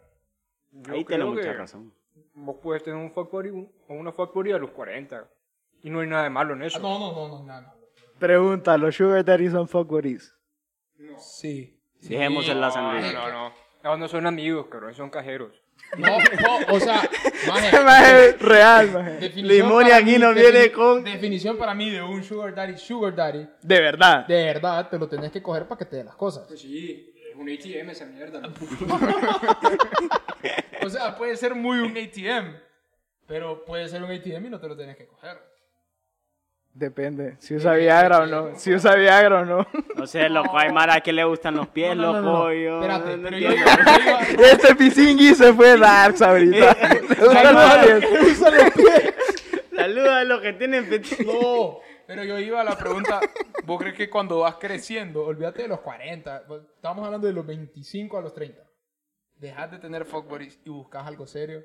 Speaker 6: Yo
Speaker 5: Ahí
Speaker 6: creo
Speaker 5: tiene mucha
Speaker 6: que
Speaker 5: razón.
Speaker 6: Vos puedes tener un fuck buddy o una fuck buddy a los 40. Y no hay nada de malo en
Speaker 3: Ah,
Speaker 6: eso.
Speaker 3: No, no, no, no, nada.
Speaker 4: Pregunta, ¿los sugar daddy son fuck buddies?
Speaker 3: Sí.
Speaker 5: Dejemos en la sangría.
Speaker 6: no, no. No, no son amigos, cabrón, son cajeros.
Speaker 3: No, no, o sea, maje,
Speaker 4: Maje, Real, maje.
Speaker 3: definición
Speaker 4: Luis Moni
Speaker 3: para
Speaker 4: aquí
Speaker 3: mí-
Speaker 4: nos
Speaker 3: defini-
Speaker 4: viene con...
Speaker 3: Definición para mí de un sugar daddy, sugar daddy,
Speaker 4: De verdad.
Speaker 3: de verdad te lo tenés que coger para que te dé las cosas.
Speaker 6: sí, es un ATM esa mierda.
Speaker 3: O sea, puede ser muy un ATM, pero puede ser un ATM y no te lo tenés que coger.
Speaker 4: Depende, si usa Viagra o no. Si usa Viagra o no.
Speaker 5: No sé, loco, hay Mara que le gustan los pies,
Speaker 3: No, no, no,
Speaker 5: loco.
Speaker 3: no.
Speaker 5: yo
Speaker 3: Espérate,
Speaker 5: no
Speaker 3: pero yo,
Speaker 5: entiendo.
Speaker 3: yo
Speaker 4: Este pisingui se fue darks
Speaker 3: Eh,
Speaker 4: ahorita. Le gustan los pies.
Speaker 3: iba- usa los pies.
Speaker 5: Saluda a los que tienen petit.
Speaker 3: No, Oh, pero yo iba a la pregunta, ¿vos crees que cuando vas creciendo, olvídate de los 40, vos- estamos hablando de los 25 a los 30, dejas de tener fuck buddies y buscas algo serio?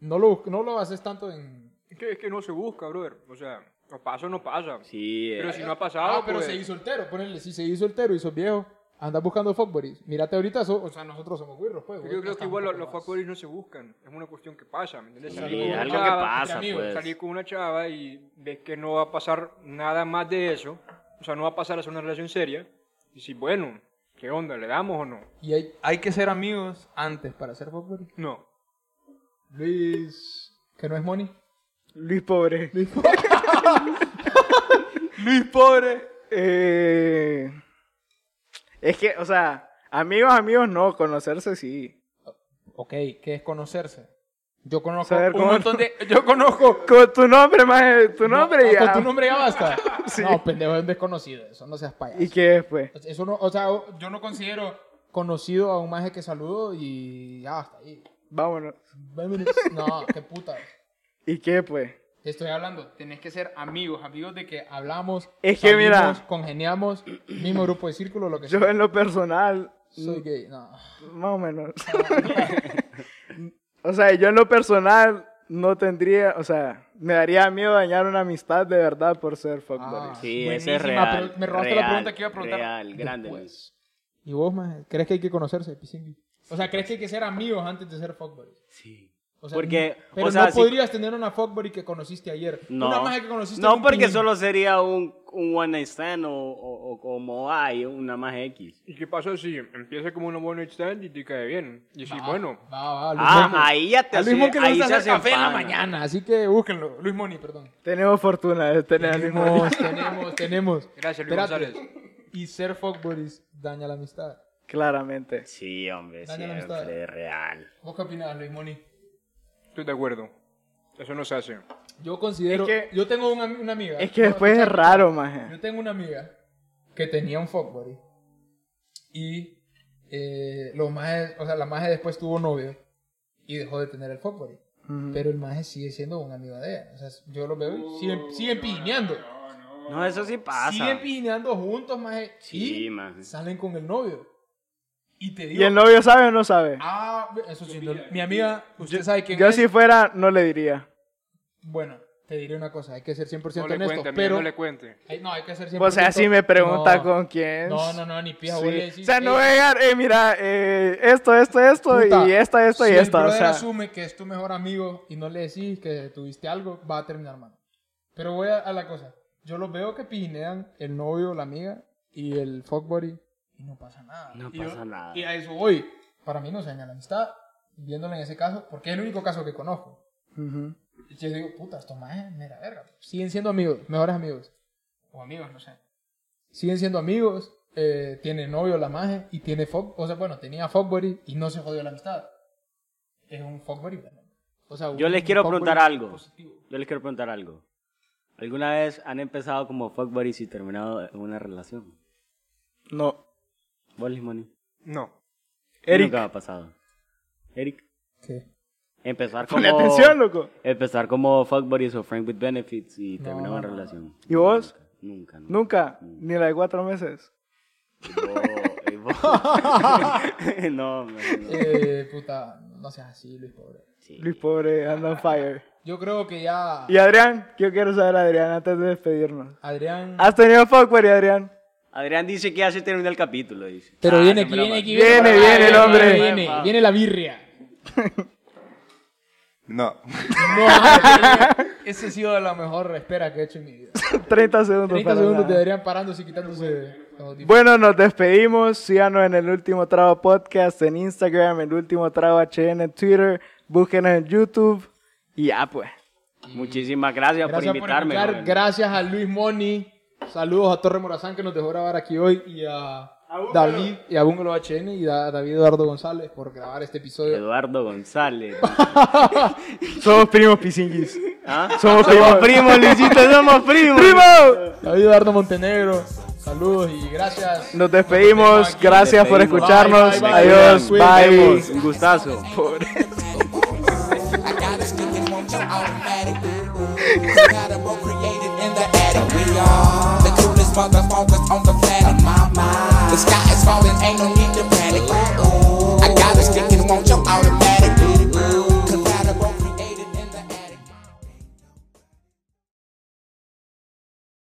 Speaker 3: No lo, bus- no lo haces tanto en...
Speaker 6: Es que, es que no se busca, brother. O sea, no pasa o no pasa.
Speaker 5: Sí, eh,
Speaker 6: Pero si no ha
Speaker 3: Ah,
Speaker 6: pasado,
Speaker 3: pero
Speaker 6: pues,
Speaker 3: seguís soltero, ponele, si seguís soltero y sos viejo, andas buscando fuck buddies. Mírate ahorita, so- o sea, nosotros somos güirros, pues.
Speaker 6: Yo creo que igual los, los
Speaker 3: buddies...
Speaker 6: fuck buddies no se buscan. Es una cuestión que pasa, ¿me entiendes?
Speaker 5: sí,
Speaker 6: Salir con una
Speaker 5: algo que
Speaker 6: chava,
Speaker 5: pasa,
Speaker 3: amigos,
Speaker 5: pues.
Speaker 6: Salir con una chava y ves que no va a pasar nada más de eso. O sea, no va a pasar a ser una relación seria. Y si, bueno, ¿qué onda? ¿Le damos o no?
Speaker 3: Y hay, hay que ser amigos antes para ser fuck buddies.
Speaker 6: No.
Speaker 3: Luis, que no es money.
Speaker 4: Luis pobre.
Speaker 3: Luis Pobre. Luis Pobre.
Speaker 4: Eh, es que, o sea, amigos, amigos no, conocerse sí.
Speaker 3: Ok, ¿qué es conocerse? Yo conozco
Speaker 4: Saber
Speaker 3: un
Speaker 4: cómo-
Speaker 3: montón de... Yo conozco...
Speaker 4: Con tu nombre, más tu nombre
Speaker 3: No,
Speaker 4: ya.
Speaker 3: Con tu nombre ya basta.
Speaker 4: Sí.
Speaker 3: No, pendejo, es un desconocido. Eso no seas payaso.
Speaker 4: ¿Y qué pues? después?
Speaker 3: Eso no, o sea, yo no considero conocido a un maje que saludo y ya hasta ahí.
Speaker 4: Vámonos.
Speaker 3: Vámonos. No, qué puta.
Speaker 4: ¿Y qué pues?
Speaker 3: Te estoy hablando. Tenés que ser amigos, amigos de que hablamos,
Speaker 4: Es que, mira.
Speaker 3: congeniamos, mismo grupo de círculo, lo que
Speaker 4: Yo
Speaker 3: sea.
Speaker 4: en lo personal,
Speaker 3: Soy gay, no.
Speaker 4: más o menos. o sea, yo en lo personal no tendría, o sea, me daría miedo dañar una amistad de verdad por ser fuckboy.
Speaker 3: Ah,
Speaker 5: Sí, ese es
Speaker 3: buenísima,
Speaker 5: real.
Speaker 3: pero me robaste la
Speaker 5: real,
Speaker 3: pregunta que iba a preguntar
Speaker 5: Real, grande.
Speaker 3: después. ¿Y vos, maje? ¿Crees que hay que conocerse, Pisingui? O sea, ¿crees que hay que ser amigos antes de ser fuckboys?
Speaker 5: Sí.
Speaker 3: O sea,
Speaker 5: Porque,
Speaker 3: no- pero
Speaker 5: o sea,
Speaker 3: no
Speaker 5: si-
Speaker 3: podrías tener una fuckbuddy que conociste ayer.
Speaker 5: No,
Speaker 3: Una maje que conociste en
Speaker 5: no
Speaker 3: un
Speaker 5: porque
Speaker 3: pingüino.
Speaker 5: solo sería un, un one night stand o, o- o como hay una más X.
Speaker 6: ¿Y qué pasa si empieza como una buena stand y te cae bien? Y si,
Speaker 3: Va,
Speaker 6: bueno,
Speaker 3: Va, va, Luis
Speaker 5: Ah,
Speaker 3: Monge.
Speaker 5: ahí ya te
Speaker 3: A Luis
Speaker 5: hace-
Speaker 3: Monge le
Speaker 5: ahí
Speaker 3: gusta
Speaker 5: se
Speaker 3: hacer
Speaker 5: hace
Speaker 3: café en la
Speaker 5: pana.
Speaker 3: mañana, así que búsquenlo. Luis Moni, perdón.
Speaker 4: Tenemos fortuna de tener al mismo.
Speaker 3: Tenemos, tenemos, tenemos.
Speaker 6: gracias Luis
Speaker 3: Espérate.
Speaker 6: González.
Speaker 3: Y ser fuckbuddies daña la amistad.
Speaker 4: Claramente.
Speaker 5: Sí, hombre,
Speaker 3: Daña la
Speaker 5: siempre
Speaker 3: amistad.
Speaker 5: real.
Speaker 3: ¿Vos qué opinás, Luis Moni?
Speaker 6: Estoy de acuerdo. Eso no se hace.
Speaker 3: Yo considero...
Speaker 4: Es que-
Speaker 3: yo tengo una, una amiga.
Speaker 4: Es que
Speaker 3: No,
Speaker 4: después es
Speaker 3: escucha,
Speaker 4: raro, maje.
Speaker 3: Yo tengo una amiga que tenía un fuckbuddy. Y eh, los majes- o sea, la maje después tuvo novio y dejó de tener el fuckbuddy.
Speaker 4: Ujú.
Speaker 3: Pero el maje sigue siendo un amigo de ella. O sea, yo lo veo, y siguen, siguen pijineando.
Speaker 5: No, eso sí pasa.
Speaker 3: Siguen pijineando juntos, maje.
Speaker 5: Sí,
Speaker 3: y
Speaker 5: maje.
Speaker 3: salen con el novio. Y te digo,
Speaker 4: ¿Y el novio sabe o no sabe?
Speaker 3: ah, eso sí, no- mi amiga, usted sabe quién
Speaker 4: Yo
Speaker 3: es.
Speaker 4: si fuera, no le diría.
Speaker 3: Bueno, te diré una cosa, hay que ser 100%
Speaker 6: No le
Speaker 3: honesto,
Speaker 6: cuente, amiga,
Speaker 3: pero...
Speaker 6: no le cuente.
Speaker 3: Ay, no, hay que ser 100%...
Speaker 4: O sea, si me pregunta
Speaker 3: No.
Speaker 4: con quién.
Speaker 3: No, no, no, ni pija,
Speaker 4: Sí.
Speaker 3: vos le decís,
Speaker 4: O sea, no
Speaker 3: "Ey,
Speaker 4: vengan, eh, mira, eh, esto, esto, esto,
Speaker 3: Puta,
Speaker 4: y esta, esto, y
Speaker 3: si
Speaker 4: esta.
Speaker 3: El
Speaker 4: O
Speaker 3: brother
Speaker 4: sea,
Speaker 3: asume que es tu mejor amigo y no le decís que tuviste algo, va a terminar mal. Pero voy a, a la cosa. Yo los veo que pijinean el novio, la amiga y el fuckbody y no pasa nada.
Speaker 5: No
Speaker 3: Y yo-
Speaker 5: pasa nada.
Speaker 3: Y a eso voy. Para mí no se daña la amistad, viéndolo en ese caso, porque es el único caso que conozco. Y yo digo, puta, estos majes, mira, verga. Siguen siendo amigos, mejores amigos. O amigos, no sé. Siguen siendo amigos, eh, tiene novio la maje y tiene fuck, o sea, bueno, tenía fuckbody y no se jodió la amistad. Es un fuckbody. ¿no? O sea,
Speaker 5: Yo
Speaker 3: un
Speaker 5: les quiero
Speaker 3: fuckbody
Speaker 5: preguntar algo.
Speaker 3: positivo.
Speaker 5: Yo les quiero preguntar algo. ¿Alguna vez han empezado como fuck buddies y terminado en una relación?
Speaker 4: No.
Speaker 5: ¿Vos, Limoni?
Speaker 6: No.
Speaker 4: Eric,
Speaker 5: Nunca ha pasado. Eric.
Speaker 3: ¿Qué?
Speaker 5: Empezar como...
Speaker 4: ponle atención, loco.
Speaker 5: Empezar como fuck buddies o friend with benefits y
Speaker 3: No,
Speaker 5: terminar una
Speaker 3: no, no.
Speaker 5: relación.
Speaker 4: ¿Y vos?
Speaker 5: Nunca, nunca.
Speaker 4: Nunca,
Speaker 5: Mm.
Speaker 4: ni la de cuatro meses.
Speaker 5: Y vos- y vos- no, man, no.
Speaker 3: Eh, puta, no seas así, Luis, pobre.
Speaker 5: Sí.
Speaker 4: Luis Pobre, anda on fire.
Speaker 3: Yo creo que ya
Speaker 4: Y Adrián, yo quiero saber, Adrián, antes de despedirnos.
Speaker 3: Adrián...
Speaker 5: Ah,
Speaker 4: ¿Has tenido fuckberry, Adrián?
Speaker 5: Adrián dice que ya se terminó el capítulo, dice.
Speaker 3: Pero
Speaker 5: Ah,
Speaker 3: viene
Speaker 5: no,
Speaker 3: aquí,
Speaker 5: broma.
Speaker 3: viene aquí,
Speaker 4: Viene,
Speaker 3: para acá,
Speaker 4: viene el hombre.
Speaker 3: Viene, viene la birria.
Speaker 9: No.
Speaker 3: No, hombre, esa ha sido la mejor espera que he hecho en mi vida.
Speaker 4: 30 segundos.
Speaker 3: 30
Speaker 4: para
Speaker 3: segundos
Speaker 4: nada.
Speaker 3: te darían parándose y quitándose los audífonos.
Speaker 4: Bueno, nos despedimos. Síganos en el último trago podcast, en Instagram, el último trago HN, en Twitter. Búsquenos en YouTube. Y ya, pues.
Speaker 5: Muchísimas gracias,
Speaker 3: Gracias
Speaker 5: por invitarme.
Speaker 3: por invitar,
Speaker 5: joven.
Speaker 3: gracias a Luis Moni. Saludos a Torre Morazán que nos dejó grabar aquí hoy y a David y a Bungalo HN y a David Eduardo González por grabar este episodio.
Speaker 5: Eduardo González.
Speaker 4: Somos primos pisinguis.
Speaker 5: ¿Ah?
Speaker 4: Somos
Speaker 5: Somos
Speaker 4: primos.
Speaker 5: primos, Luisito, somos primos.
Speaker 4: ¡Primo!
Speaker 3: David Eduardo Montenegro, saludos y gracias.
Speaker 4: Nos despedimos. Gracias por
Speaker 5: despedimos.
Speaker 4: escucharnos.
Speaker 3: Bye, bye, bye.
Speaker 4: Adiós.
Speaker 3: Cuídense.
Speaker 5: Nos
Speaker 4: Bye.
Speaker 5: vemos. Un gustazo.
Speaker 10: I got us thinking rooms are automatic. We got a world created in the attic. We are the coolest motherfuckers on the planet. My mind. The sky is falling, ain't no